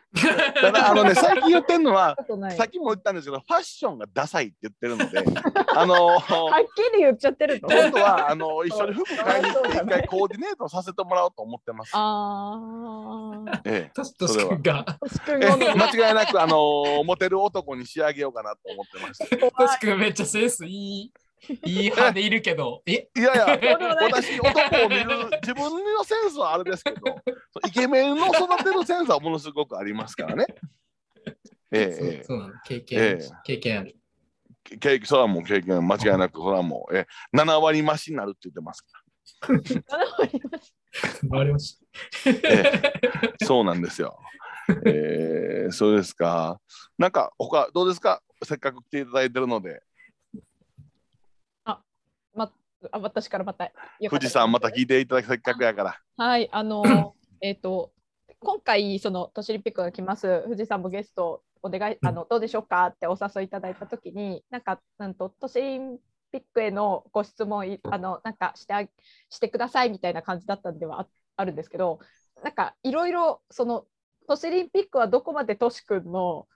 た だあのね、最近言ってるのは
そ、んなことない。
さっきも言ったんですけど、ファッションがダサいって言ってるので、あ の
はっきり言っちゃってるの。
今度はあの一緒に服買いに行って一回コーディネートさせてもらおうと思ってます。
あ あ。
え
トシトシ君が、
トシ君
え、
好み
え間違いなくあのモテる男に仕上げようかなと思ってます。
トシ君めっちゃセンスいい、いい派でいるけど、え
いやいや、
そうでもない
私男を見る自分のセンスはあれですけど、イケメンの育てるセンスはものすごくありますからね。
そう
ええ
そうなの経験、
ええ
経験ある。
ええ、経それはもう経験間違いなくそれはもうええ7割増しになるって言ってます。
わかりまし
わかりまし
えそうなんですよ。えー、そうですか。なんか他どうですか。せっかく来ていただいてるので、
たあ私からまた。よかった
富士山また聞いていただきせっかくやから。
はい、あの、えっ、と、今回、その、都市オリンピックが来ます、富士山もゲスト、お願い、あの、どうでしょうかってお誘いいただいたときに、なんか、なんと、都市オリンピックへのご質問い、あの、なんかしてあ、してくださいみたいな感じだったんではああるんですけど、なんか、いろいろ、その、都市オリンピックはどこまで都市君の、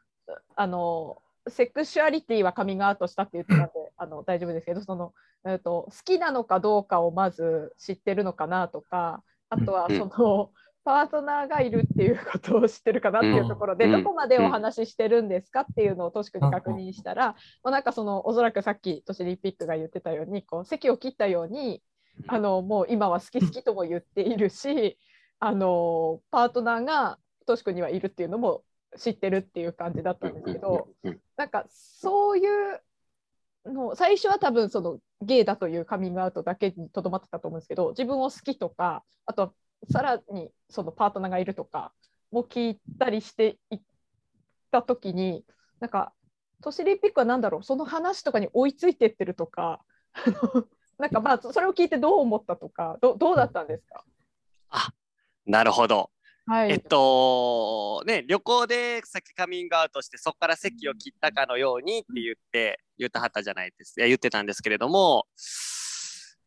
あの、セクシュアリティはカミングアウトしたって言ってたんで、あの大丈夫ですけど、その、えっと好きなのかどうかをまず知ってるのかなとか、あとは
うん
その、パートナーがいるっていうことを知ってるかなっていうところで、
うん
どこまでお話ししてるんですかっていうのをトシ君に確認したら、もうなんかそのおそらくさっきトシリンピックが言ってたようにこう席を切ったようにあのもう今は好き好きとも言っているしあのパートナーがトシ君にはいるっていうのも知ってるっていう感じだったんですけど、なんかそういうの最初は多分そのゲイだというカミングアウトだけにとどまってたと思うんですけど自分を好きとかあとはさらにそのパートナーがいるとかも聞いたりしていった時になんか都市オリンピックは何だろうその話とかに追いついてってるとか なんかまあそれを聞いてどう思ったとかどどうだったんですか、
なるほど。
はい
えっとね旅行でさっきカミングアウトしてそこから席を切ったかのようにって言って言ってはったじゃないですいや言ってたんですけれども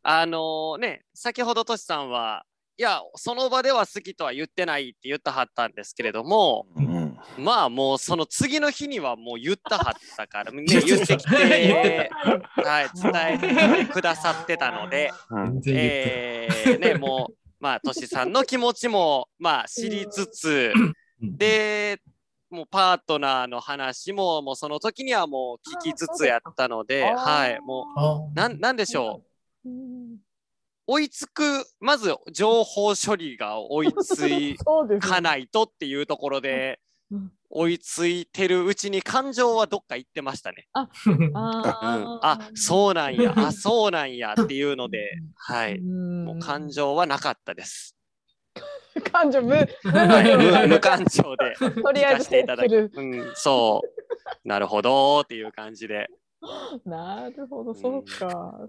あのね先ほどトシさんはいやその場では好きとは言ってないって言ってはったんですけれども
うん。
まあもうその次の日にはもう言ったはったか ら、ね、
言
言
ってた
ってき、
言って
はい、伝えてくださってたので。
う
全
ん
然言って
えーね、もう、まあ、としさんの気持ちも、まあ、知りつつ、
うん
で、もうパートナーの話も、もうその時にはもう聞きつつやったので、
あー
はい、も
あ
う、
ー
なん、なんでしょう。
うん
追いつく、まず情報処理が追いつい
そうですね
かないとっていうところで
うん。
追いついてるうちに感情はどっか行ってましたね。うん、
あー
あそうなんや あそうなんやっていうのではいもう感情はなかったです。
感情無
はい、無無感情で
とりあえ
聞か
ず
せていただき、
る。
うん、そう、なるほどっていう感じで。
なるほど、そうか。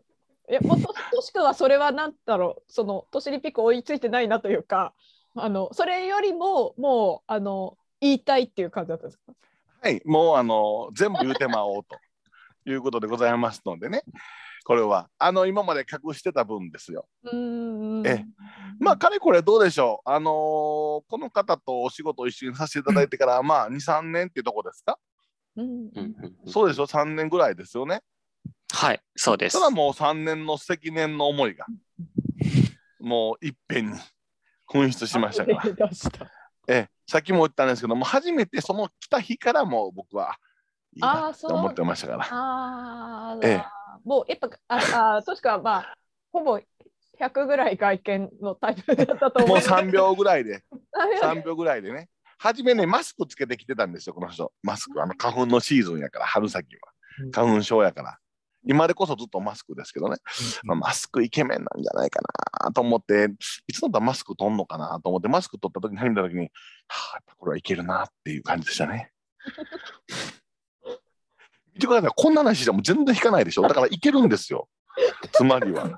いや、もっと、としくはそれは何だろう、その、都市オリンピック追いついてないなというか、あの、それよりも、もう、あの、言いたいっていう感じだったんですか
はい、もうあの全部言うてまおうということでございますのでね。これはあの今まで隠してた分ですよ。
うーん。
えまあ、かれこれどうでしょう、あのーこの方とお仕事を一緒にさせていただいてから、まあ、2、3年ってとこですか、
うん。
そうでしょ、3年ぐらいですよね。
はい、そうです
それ。はもう3年の積年の思いが、もういっぺんに噴出しましたから、
出した。
ええ、さっきも言ったんですけども、初めてその来た日からもう僕はいい
あー
な
そ
と
う
思ってましたから。
ああ、
ええ
もう、やっぱ、あ、あ、としくは、まあ、ほぼ100ぐらい外見のタイプだったと思
もう
う。
3秒ぐらいで、
あいや
3秒ぐらいでね。初めね、マスクつけてきてたんですよ、この人。マスク、あの花粉のシーズンやから、春先は。花粉症やから。今でこそずっとマスクですけどね、まあマスクイケメンなんじゃないかなと思って、いつだったらマスク取んのかなと思って、マスク取った時に初めて見た時に、はあ、やっぱこれはいけるなっていう感じでした ね。見てください、こんな話じゃもう全然引かないでしょ。だからいけるんですよ。つまりは。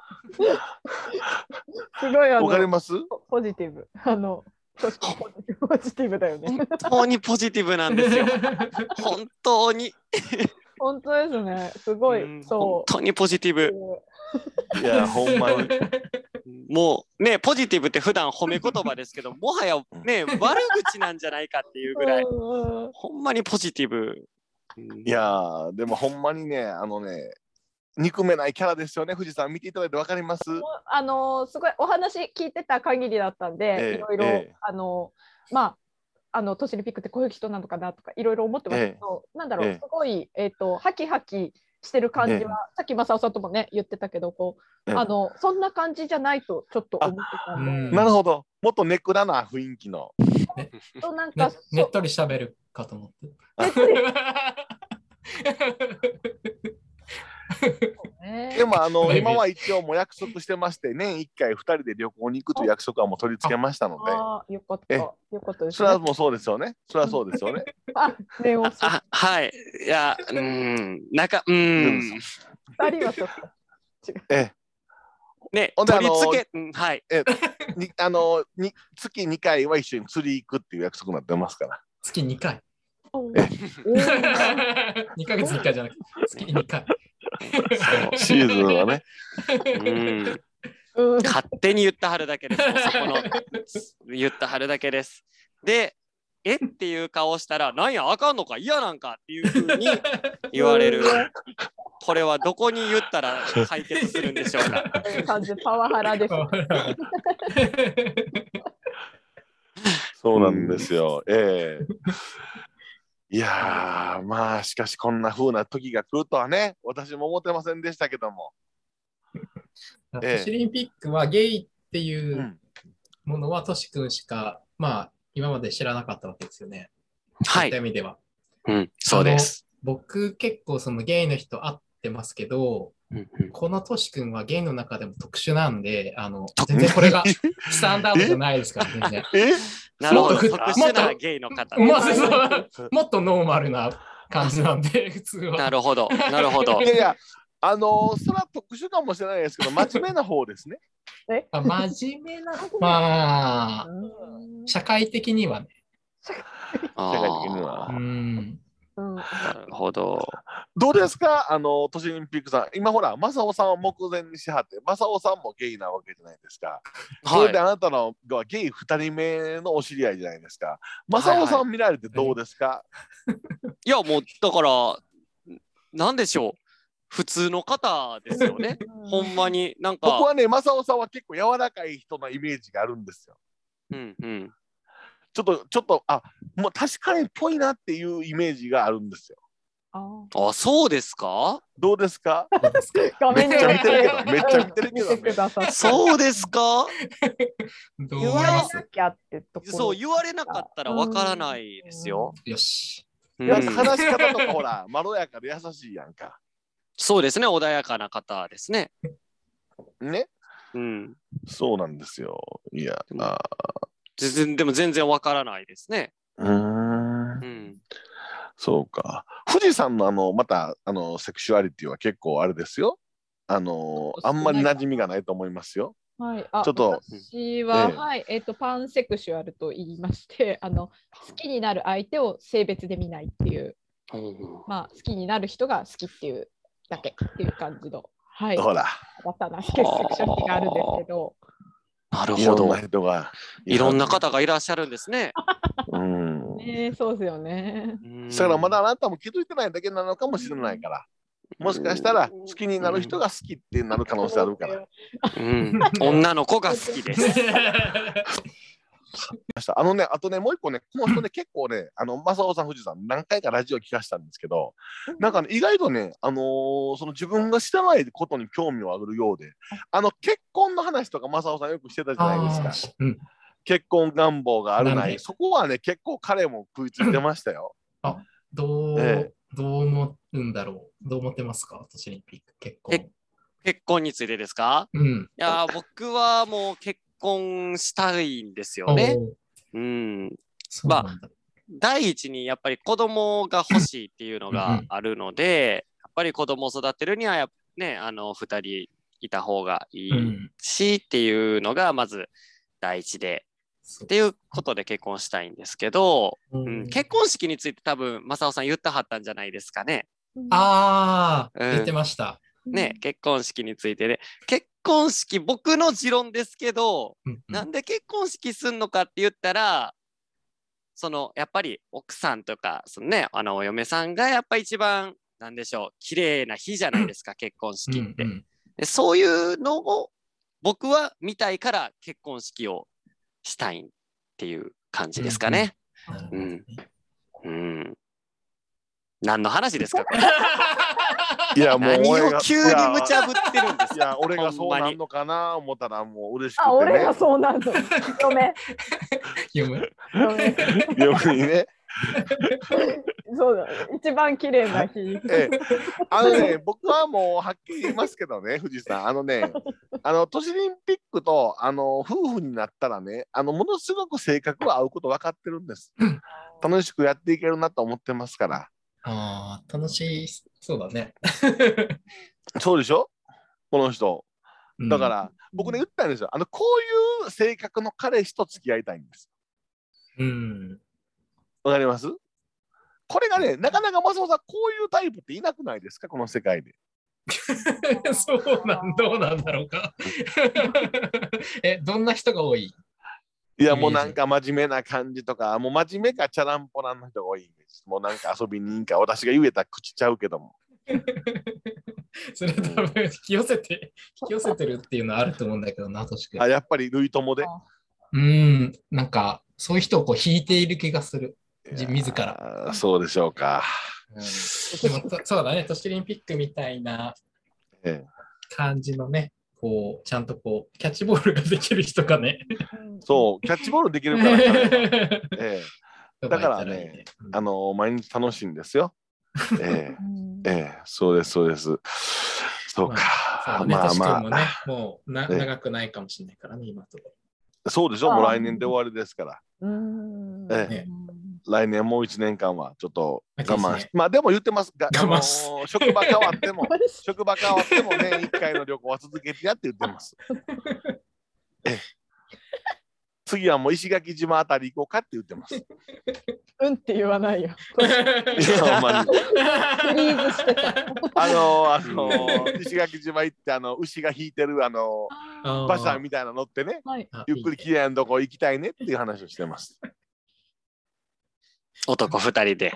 すごいあ
わかり
の
ます
ポポジティブあのトシ君ポジポジティブだよ ね
本当にポジティブなん ですよ。本当に、
本当ですねすご
うん
い
本
そ
当にポジティ
う
ブ。
いや、ほんまに。
もうね、ポジティブって普段褒め言葉ですけど、もはやね、悪口なんじゃないかっていうぐらい、
うんうん
ほんまにポジティブ。
いやー、でもほんまにね、あのね、憎めないキャラですよね、富士山見ていただいてわかります。
あのすごいお話聞いてた限りだったんで、
ええ
いろいろ、
ええ
あのまああの都市オリンピックってこういう人なのかなとかいろいろ思ってましたけど、なんだろう、
ええ
すごいえっ、とハキハキしてる感じは、
ええ
さっき正雄さんともね言ってたけどこう、
ええ
あのそんな感じじゃないとちょっと思ってたんで、
うん
なるほど、もっとネクラな雰囲気の。
ちょっとなん
ね
か、
ねっとり喋るかと思って。
そうね
でも、あの、
ね
今は一応もう約束してまして、年1回2人で旅行に行くという約束はもう取り付けましたので。
あーよかっ
え
た
え
よかったです
それは
ね。
もうそうですよね。それはそうですよね。
あ、ね、おそう
あはい。いや、うん、なんか、うん。
二人はちょっと。
え
ね、
ほんで
取り付
あ
け、うんはい。
え、に、あの、に、月2回は一緒に釣り行くっていう約束になってますから。
月2回。
お
え
ー
2ヶ月1回じゃなくて、月2回。
シーズンはね。
うん、
うん
勝手に言ったはるだけです。もうそこの言ったはるだけです。で、えっていう顔したら、なんや、あかんのか、嫌なんかっていうふうに言われる。これはどこに言ったら解決するんでしょう か。
感じパワハラです。
そうなんですよ。え えいやー、まあ、しかしこんな風な時が来るとはね、私も思ってませんでしたけども。ええ、
都市オリンピックはゲイっていううんものはトシ君しか、まあ、今まで知らなかったわけですよね。
は
そうった
い、
意味では。
うん、そうです。
僕結構そのゲイの人会ってますけど、
うんうん
このトシ君はゲイの中でも特殊なんで、あの、全然これがスタンダードじゃないですから、全然。
え
なるほど、
もっと
特
ふ
殊なゲイの方。
まあそうそうもっとノーマルな感じなん で、普通
な
は。
るほど、なるほ ど
い。やいや、あのー、それは特殊かもしれないですけど、真面目な方ですね。
あ真面目な、 まあ、
うん
社会的にはね。
あ
社
ー
会的には
う。ん。
うん
なるほど。
どうですか、あのー、都市オリンピックさん、今ほら、正雄さんを目前にしはって、正雄さんもゲイなわけじゃないですか。そ
は
れで
い。
あなたのがゲイ2人目のお知り合いじゃないですか。正雄さんを見られてどうですか、
いや、もう、だから、なんでしょう。普通の方ですよ ね。ほんまになんか。
僕はね、正雄さんは結構柔らかい人のイメージがあるんですよ。
うんうん。
ちょっと、ちょっと、あもう確かにっぽいなっていうイメージがあるんですよ。
あー
あ、そうですか。
どうですか
画
め
面
っ
に
ちゃ見てる
う
け
ん
ど、めっちゃ見てるけど
見てく
ね。
ださい。
そうです
ど
か。
う
言
思い
われ
ます
なきゃってところ。
そう言われなかったらわからないですよ。
よし。
うん
なんか話し方とかほら、 まろやかで優しいやんか。
そうですね。穏やかな方ですね。
ね。
うん。
そうなんですよ。いや、
でも
あ
全然でも全然わからないですね。
うーん
う、ん。
そうか。富士山のあの、また、あの、セクシュアリティは結構あれですよ。あの、あんまり馴染みがないと思いますよ。
はい。あ
ちょっと
私は、
ええ
はい。えっ、とパンセクシュアルと言いまして、 あの好きになる相手を性別で見ないっていう、まあ好きになる人が好きっていうだけっていう感じの。はい。
ほら、
新たなセクシュアリティがあるんですけど。
なる
いろ
ほ
ん
ど
な。人が。
いろんな。方がいらっしゃるんですね。
うん。
ねえ、そうですよね。
うん
だからまだあなたも気づいてないだけなのかもしれないから。もしかしたら好きになる人が好きってなる可能性あるから。
うん女の子が好きです。
あのね、あとね、もう一個ね、この人ね、結構ね、あの、正雄さん、富士山、何回かラジオ聞かしたんですけど、なんかね、意外とね、あのーその自分が知らないことに興味をあげるようで、あの、結婚の話とか、正雄さんよくしてたじゃないです
あ
か。
ーうん
結婚願望があるな
なん
い。
で
そこはね、結構彼も食いついてましたよ。
どう
ええ
どう思うんだろう。どう思ってますか都市オリンピック結
え
構。
結婚についてですか
うん。
いやー、僕はもう結婚したいんですよね。
おー
うん。
そうなんだ。
第一にやっぱり子供が欲しいっていうの
うんう
が
ん
あるので、やっぱり子供を育てるにはやっね、あの2人いた方がいい
ん。
しっていうのがまず第一で
そう
っていうことで結婚したいんですけど、
う
うん
ん、
結婚式について多分正雄さん言ったはったんじゃないですかね。
ああ、
うん
言ってました。
ね、結婚式についてね結婚式僕の持論ですけど
うんうん
なんで結婚式すんのかって言ったらそのやっぱり奥さんとかその、ね、あのお嫁さんがやっぱ一番なんでしょう綺麗な日じゃないですか結婚式って、
うんうん
でそういうのを僕は見たいから結婚式をしたいっていう感じですかね。
なるほ
う
ど
ん
ね
うん何の話ですかこれ
いやもう
何
俺が
を急に無茶ぶってるんです
いや
か
俺がそう
ほんま
な
に
んのかな思ったらもう嬉しくて、ね、
あ、俺がそうなの。嫁、
読む
嫁、
嫁にね
そうだ。一番綺麗な日。
ええ、 あのね、僕はもうはっきり言いますけどね、富士山、あのね、あの都市オリンピックとあの夫婦になったらね、あのものすごく性格は合うこと分かってるんです。楽しくやっていけるなと思ってますから。
ああ、楽しい。そうだ ね。
そうでしょこの人。
うん
だか、ら、僕ね、言ったんですよ。あの、こういう性格の彼氏と付き合いたいんです。
うん。
わかりますこれがね、なかなか松本さん、こういうタイプっていなくないですか、この世界で。
そうなん、 どうなんだろうか。 え、どんな人が多い
いや、もうなんか真面目な感じとか、もう真面目かチャランポランの人が多いんです。もうなんか遊び人か、私が言えたら口ちゃうけども。
それ多分引き寄せ て、引き寄せてるっていうのはあると思うんだけどな、確か
あ、
に。
やっぱり類友で。
うん、なんか、そういう人をこう引いている気がする。じ自ら。
ら。そうでしょうか。
うん、でもとそうだね、都市オリンピックみたいな
ええ
感じのね、こう、ちゃんとこう、キャッチボールができる人が ね。
そう、キャッチボールできるから、 彼はええだからねあの毎日楽しいんですよ。え
うん。
えええそうです、そうです。そうか。
ま
ま
あ
あ
まあ、
ま
も
あ、
ね、もうな
ええ
長くないかもしれないからね、今 のとこ
そうでしょ、もう来年で終わりですから。
うん。
え
え
来年もう1年間はちょっと我
まあ
慢
です
し
ね
まあでも言ってますが、
我慢す
あの職場変わっても。
私
職場変わってもね、一回の旅行は続けてやって言っ てます。ええ次はもう石垣島あたり行こうかって言って ます。い
うんって言わないよ。
ろ。
や、ほんまに。
フリーズしてた。
あのあの 石垣島行って、あの、牛が引いてる、あの馬車みたいなの乗ってね、
はい。
あ
ゆっくりきれいなとこ行きたいねっていう話をしてます。
男2人で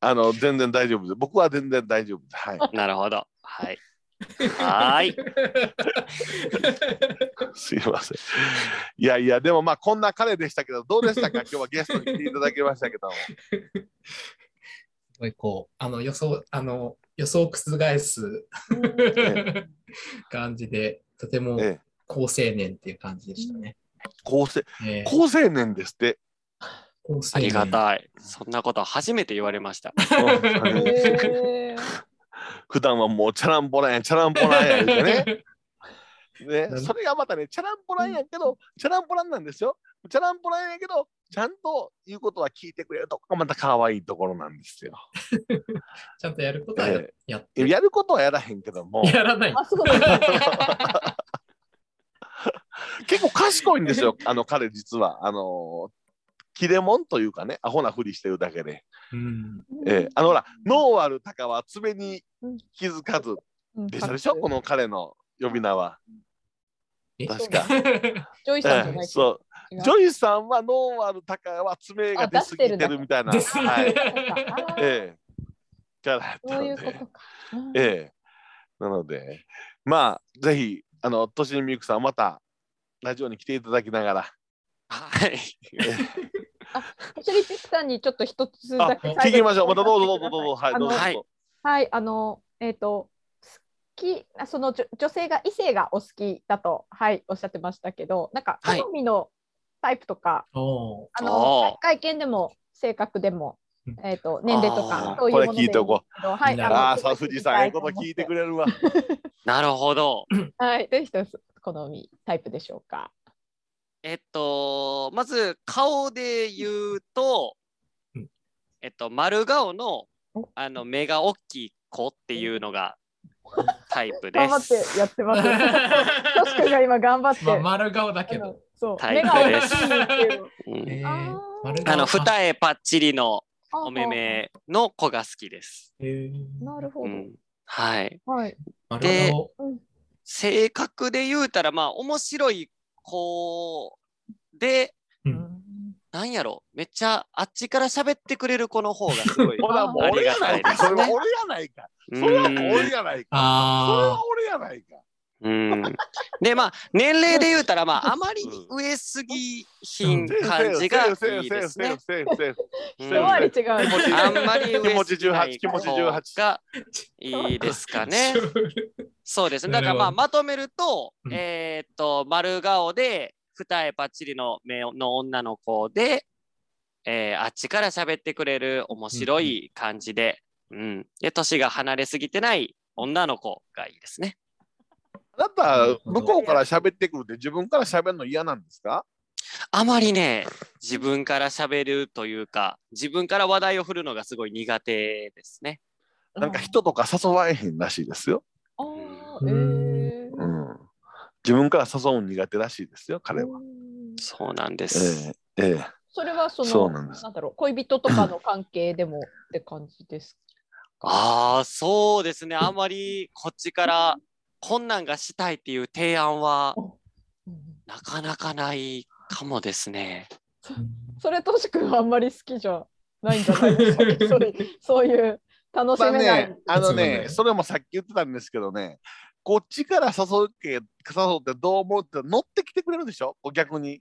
あの、全然大丈夫です。僕は全然大丈夫です。はい。
なるほどはいはー い。
すいません。いやいや、でもまあ、こんな彼でしたけど、どうで したか今日はゲストに来ていただきましたけども。
すごいこう、あの予想、あの予想を覆す
え
感じで、とても
ええ、
好青年っていう感じでしたね。
高青
ええ
高青年ですって。
好青年
ありがたい。そんなこと初めて言われました。
うん
え
普段はもうチャランポランやチャランポランや言う てねねそれがまたねチャランポランやけどチャランポランなんですよチャランポランやけどちゃんと言うことは聞いてくれるとこがまた可愛いところなんですよ
ちゃんとやることはや,、
え
やって
やることはやらへんけども
やらない
ー、。あ、そうだ。
結構賢いんですよあの彼実はあの切れ者というかねアホなふりしてるだけで、
うん、
ええあのほら脳ある鷹は爪に気づかず
うん
でしたでしょこの彼の呼び名は
え
確か
ジョイさんじゃない。
そう
違う
ジョイさんはノーアルタカは爪が出すぎてるみたいな。
ですよね
はい。
あー
ええ。からやった
そうい
の
うこ
で
と。か。うん
ええ。なので、まあ、ぜひ、あの、としみゆくさん、また、ラジオに来ていただきなが ら。
はい。
パシュリピックさんにちょっと一つだけ
あ
聞きましょう。またどうぞどうぞどうぞ。はい、
あ
どう
の
ぞ。
はい
はい、あの、えっ、と、好き、あその女女性が異性がお好きだと、はい、おっしゃってましたけど、なんか
はい
好みのタイプとか、
おー
あの
おー
会見でも性格でも、えっと年齢と
あ
か
ー
そういうもので
これ聞いておこ
う。はい、
な
の
ああ、さ藤さん、ええこと聞いてくれるわ。
なるほど。
はい、で一つ好みタイプでしょうか。
えっと、まず顔で言うと
うん、
えっと、丸顔の
お
あの目が大きい子っていうのがタイプで
頑張っ
す。
てやって ます。トシ君が今頑張って。
まあ、丸顔だけ
あ
ど
の。そう、
タ
目
イ
が
プ
大
で
き
す
いっていう。
うん
えー
あー
丸顔
あの二重パッチリのお目目の子が好きです。
えー
なるほど。
うん、はい。
はい。
丸
で
顔。
性格で言うたらまあ面白い子で
う
うんん
なんやろめっちゃあっちから喋ってくれる子の方がす
。
ごい
ほら、もう俺やないか。それは俺やないか。
う
それはもうん俺やないか。それ
あ
は俺やないか。
うん、でまあ年齢で言うたらま ああまりに上すぎひん感じがいいですね。
セーフセーフセーフセーフセーフ
うん
セ
一
ーフ
回
セーフ気持
り違う。
ち
あんまり上すぎない
気持ち18気持ち
方
18
がいいですか
あ。
ね。そうですね。だからまあまとめると、
うん
えーっと、丸顔で、二重パッチリの目の女の子で、えーあっちから喋ってくれる面白い感じで、うん、で、年が離れすぎてない女の子がいいですね。
あなた、向こうから喋ってくるって自分から喋るの嫌なんですか
あまりね、自分から喋るというか、自分から話題を振るのがすごい苦手ですね。
なんか人とか誘われへんらしいですよ。
あー。
う
え
ん
ー
うん。自分から誘うの苦手らしいですよ、彼は。
うん
そうなんで
え
す。
えええ。
それはその
そうな
なんん
です
だろう恋人とかの関係でもって感じです
ああ、そうですね。あまりこっちから、こんなんがしたいっていう提案は、
か。
なかなかないかもですね。
それとしくんはあんまり好きじゃないんじゃないです か。それそういう楽し
まあ
めない。
ね、あの
そうだ
ね、
ね
それもさっき言ってたんですけどね、こっちから誘うけ、誘ってどう思うって乗ってきてくれるでしょ、こう逆に。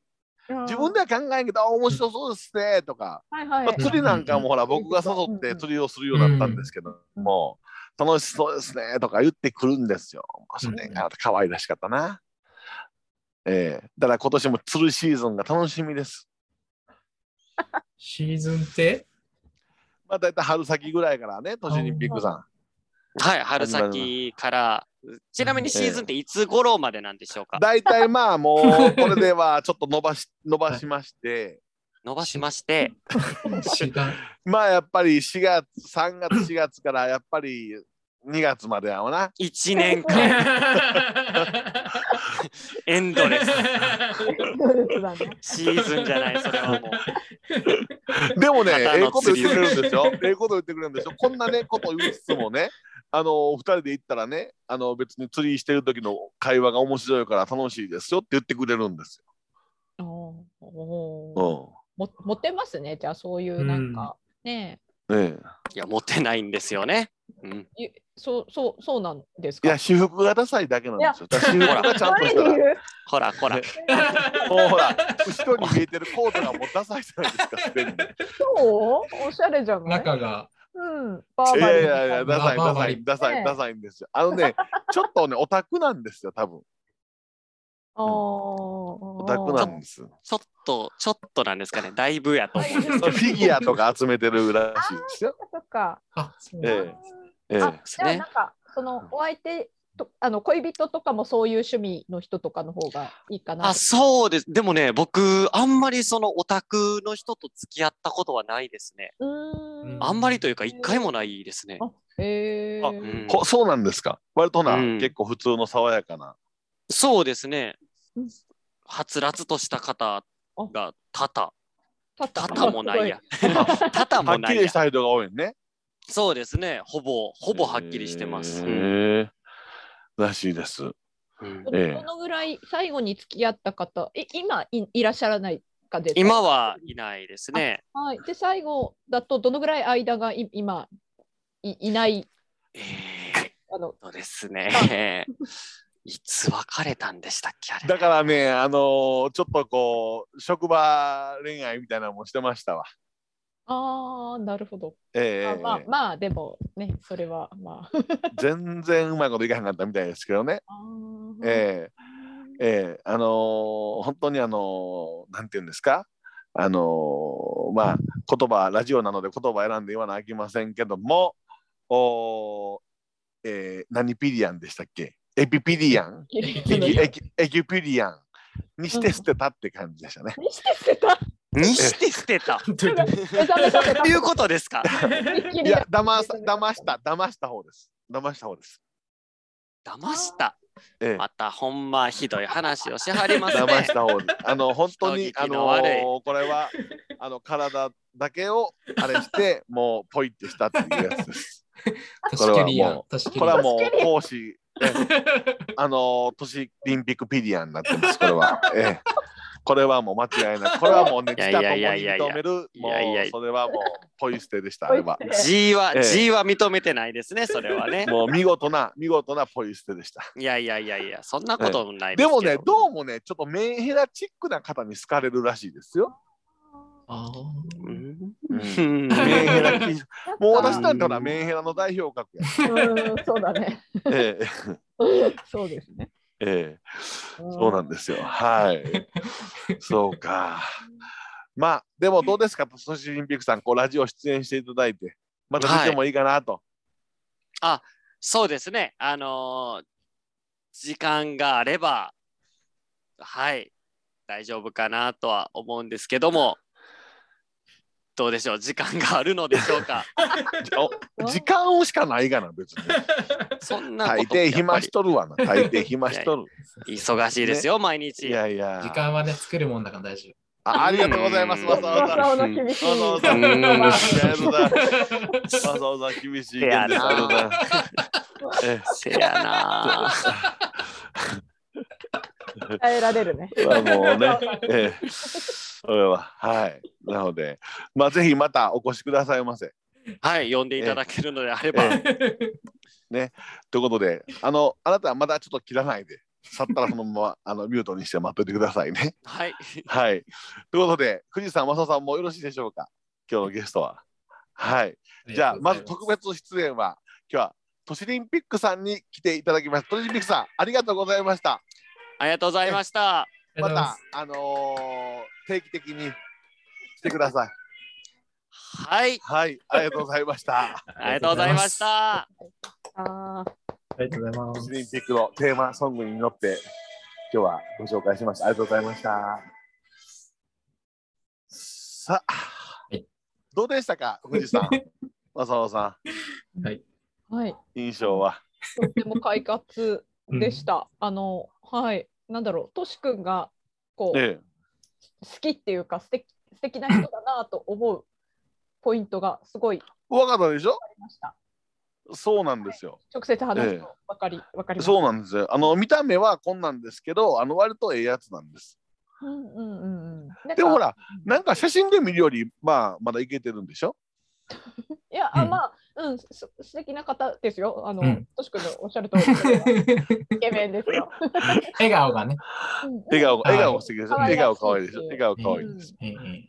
自分では考えんけど、あ面白そうですねとか、
はいはい。
まあ、釣りなんかもほら、僕が誘って釣りをするようになったんですけど、もう楽しそうですねとか言ってくるんですよ。まあそれが可愛らしかったな。ええだから今年も釣るシーズンが楽しみです。
シーズンって
まあ、だいたい春先ぐらいからね、年にピックさん。
はい、春先から。ちなみにシーズンっていつ頃までなんでしょうか、
大体まあもうこれではちょっと伸ば し伸ばしまして
伸ばしまして、
シダ
まあやっぱり4月3月4月からやっぱり2月までやわな
1年間 エンドレ
ドレスだね。
ス。シーズンじゃない、それ はもう。
でもね
またあ
え
の
えこと言ってくれるんでしょええこと言ってくれるんでしょこんなねこと言いつつもねあのお二人で行ったらねあの別に釣りしてる時の会話が面白いから楽しいですよって言ってくれるんです
あーおー
よ。
もモテますね。じゃあそういうなんか、ね
うんね
いや、モテないんですよね。うん、
え、ゆそうそうそうなんです
え、い
か。
や私服がダサいだけなんですよ。だから私服がちゃんとしたら
誰に言う
ほらほら。
も うほら後ろに見えてるコートがもうダサいじゃないですかすでに。
そうおしゃれじゃない。
中が
うん。バー
い
バ
や
リー
い
みた
やい
いな
や、ダサい、
まあ
ダサい、ダサ
ね
い、ダサいんですよ。あのね、ちょっとね、オタクなんですよ、多分。
あー
オタクなんです。フ
ちょっと、ちょっとなんですかね。だいぶやと思うんですけど。
ィギュアとか集めてるらしいですよ。
そっか。
あそう
ええええ
あ、じゃあ
ね
なんかそのお相手とあの恋人とかもそういう趣味の人とかの方がいいかな。
あ、そうです。でもね、僕、あんまりそのオタクの人と付き合ったことはないですね。
うーん。
あんまりというか、一回もないですね。
あ、へえ。
あ
うん
ほそうなんですか。割とな、
うん
結構普通の爽や かな。
そうですね
うん。
はつらつとした方が多々、
た
多々もな いや。。 多々
は
も
っ
な
き
い
り
や
し。た人が多いね。
そうですね。ほぼ、ほぼはっきりしてます。
へ
うん
えらしいです。
うん
ど
ええ
どのぐらい最後に付き合った方、え今いいらっしゃらないかですか
今はいないですね。
はい。で、最後だとどのぐらい間がい今いいない、
えーっ
あの、
とですね。 いつ別れたんでしたっけあれ
だからね、あのーちょっとこう、職場恋愛みたいなのもしてましたわ。
ああ、なるほど。
え
あ
え
まあ、まあ、でもね、それはまあ。
全然うまいこといかへんかったみたいですけどね。
あー
ええええあのー本当にあのーなんて言うんですかあのーまあ言葉ラジオなので言葉選んで言わなあきませんけどもおー、えー何ピリアンでしたっけエピピリアン エキエキエキュピリアンにして捨てたって感じでしたね。
にして捨 てた。
にして捨てた。
本当に
目覚めさせた
と。いうことですか。
い
いや騙さ騙した騙した方です。騙した方です。
騙した。
ええ
またほんまひどい話をしはります
騙
ね
し。た方です。 あの本当に
人
あ
聞きの
の
悪い
これはあの体だけをあれしてもうポイってしたっていうやつです。
確かに
これはもこれはも
確
う
かに
講師あの都市オリンピックピリアンになってます。これ は。ええこれはもう間違いない。これはもうね、
い
来
やい
たとも
や
に
いやいやいや
認める、も
いやいやいうや
それはもうポイ捨てでした、あれは
ポイ。捨て
G は、
ええ
G は認めてないですね、それはね。
もう見事な、見事なポイ捨てでした。
いやいやいやいや、そんなことないで
です
けど。
もね、どうもね、ちょっとメンヘラチックな方に好かれるらしいです よ。
あー
う
うん
ん
うん
メンヘラ気もう私なんてほら、
うん
メンヘラの代表格や。
うんそうだね。
ええ
そうですね。
ええ、
うん
そうなんですよ。はい。そうか。まあ、でもどうですか、ソシオリンピックさん、こうラジオ出演していただいて、また出てもいいかなと。
そうですね。あのー時間があれば、はい、大丈夫かなとは思うんですけども、どうでしょう、時間があるのでしょう か。
お時間をしかない がな、別に。
そんなこ
大
とも
抵
やっぱり
暇しとるわな、大抵暇しとる。
忙しいですよ、毎 日。
いやいや。
時間はね、作るもんだから大丈
あありがとうございます、
うん
わざわざ。
マサオの厳しい
わざわざ。
う
あ
ん
りがとうございます。 わざわざ厳しい意見です。あ
や
り
な
がとうございます。え
せや なあ。
耐えられるね。
えまあもうね、ええ、それは、はい。なので、まあ、ぜひまたお越しくださいませ。
はい、呼んでいただけるのであれば。
えということで、あの、あなたはまだちょっと切らないで、去ったらそのまま、 あの、ミュートにして待っててくださいね。
はい。
はい。ということで、藤井さん、正雄さんもよろしいでしょうか。今日のゲストは。はい。
夫。
じゃあまず特別出演は今日は都市リンピックさんに来ていただきました。都市リンピックさんありがとうございました。
ありがとうございました。
ありが
ま
とうございす
たあのー定期的にしてください。
はい、
はい、ありがとうございました。
ありがとうございまし。た。
ああ、
ありがとうございま
都市
す。
リンピックのテーマソングに乗って今日はご紹介しました。ありがとうございました。さあ
はい、
どうでしたか、富士さ ん、正雄さ
はい。
はい。
ん、印象は。
とっても快活でした。あの、はい。なんだろう、としくんがこう、
え
好きっていうか素敵素敵な人だなと思うポイントがすごい
え、わかったでしょ
ありました。
そうなんですよ。
直接話すと分かり、わかりました。
そうなんですよ。あの見た目はこんなんですけど、あの割とええやつなんです。
うんうんうんうん。なんか
でもほら、なんか写真で見るより、まあまだいけてるんでしょ。
いや、あ
うん
まあ、うん、す素敵な方ですよ。あの、
うん
としくんのおっしゃる通り、イケメンです よ。
笑顔がね。
うん
笑顔、
はい
笑顔素敵でしょ。
可
笑
愛らしい
顔可愛いでしょ。笑顔可愛い。
うん
え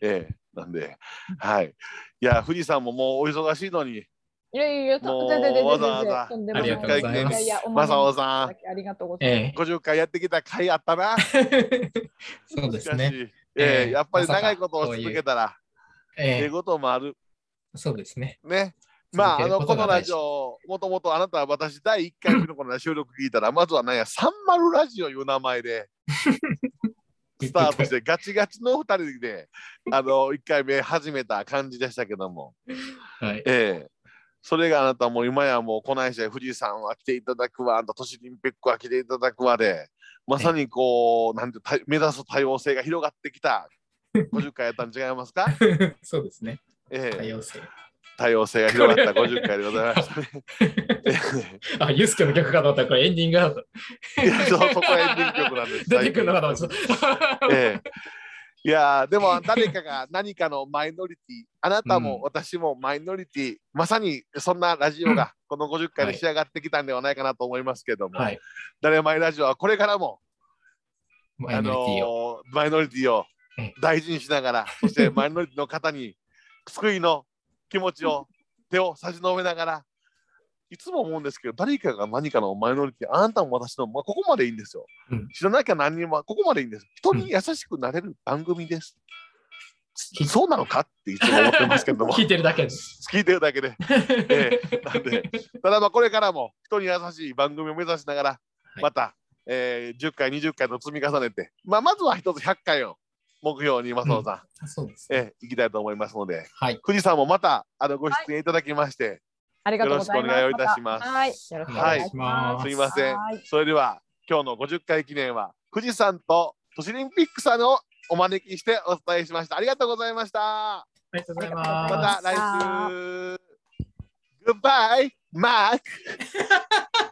え
ええ、なんで、はい。いや、富士山ももうお忙しいのに、
いやいやいや、
も
と
う
全然全然
わざわざ
とんでも
あ
ない
りがとうございま
いやい
す。
や、お
マ
前
サオさん、
ありがとうございます。
ええ
50回やってきた回あったな。
そうです
しか
ね。
し。え
え
え、
え
やっぱり長いことを
まさかこういう
続けたら、え
え
え
え
こともある
そうですね。
ね。まあ、あの、
続
こ
けると
の
が
ラ
大
ジ
事
オ、もともとあなたは私第1回目のこの収録聞いたら、まずは何や、サンマルラジオいう名前で、スター トしてガチガチの2人で、あの、1回目始めた感じでしたけども、
はい。
ええそれがあなたも今やもう、こないして富士山は来ていただくわ、あと都市オリンピックは来ていただくわで、まさにこう、なんて、た目指す多様性が広がってきた、50回やったん違いますか
そうですね。
え
多
え
様性。
多様性が広がった50回でござい ましたね。
あ、ユースケの曲かと思ったらこれエンディングだと。
いやそうそこら辺人曲なんです。
出てくるのかと思っ
え
た。
えいやーでも誰かが何かのマイノリティあなたも
うん
私もマイノリティ、まさにそんなラジオがこの50回で仕上がってきたんではないかなと思いますけども、
はい。
誰マイラジオはこれからも
マ
あ
イノリティを。
のーマイノリティを
うん
大事にし ながらそしてマイノリティの方に救いの気持ちを手を差し伸べながらいつも思うんですけど誰かが何かのマイノリティあなたも私の、まあ、ここまでいいんですよ、
うん
知らなきゃ何にもここまでいいんです人に優しくなれる番組です、そうなのかっていつも思ってますけ ども
聞いてるだけです。
聞いてるだけで えなんでただまあこれからも人に優しい番組を目指しながら
い
また、えー10回20回と積み重ねて、まあ、まずは一つ100回を目標に松尾さ ん、
そうです、
えーいきたいと思いますので
はい。
富士山もまたあのご出演いただきまして、
ありがとうございます。
よろしくお願いいたします
たはい、よろしくお願いします。
すいません
はい
それでは今日の50回記念は富士山と都市オリンピックさんをお招きしてお伝えしましたありがとうございました
ありがとうござい
あ
ます。
りがとうござい
また来週 Goodbye Mark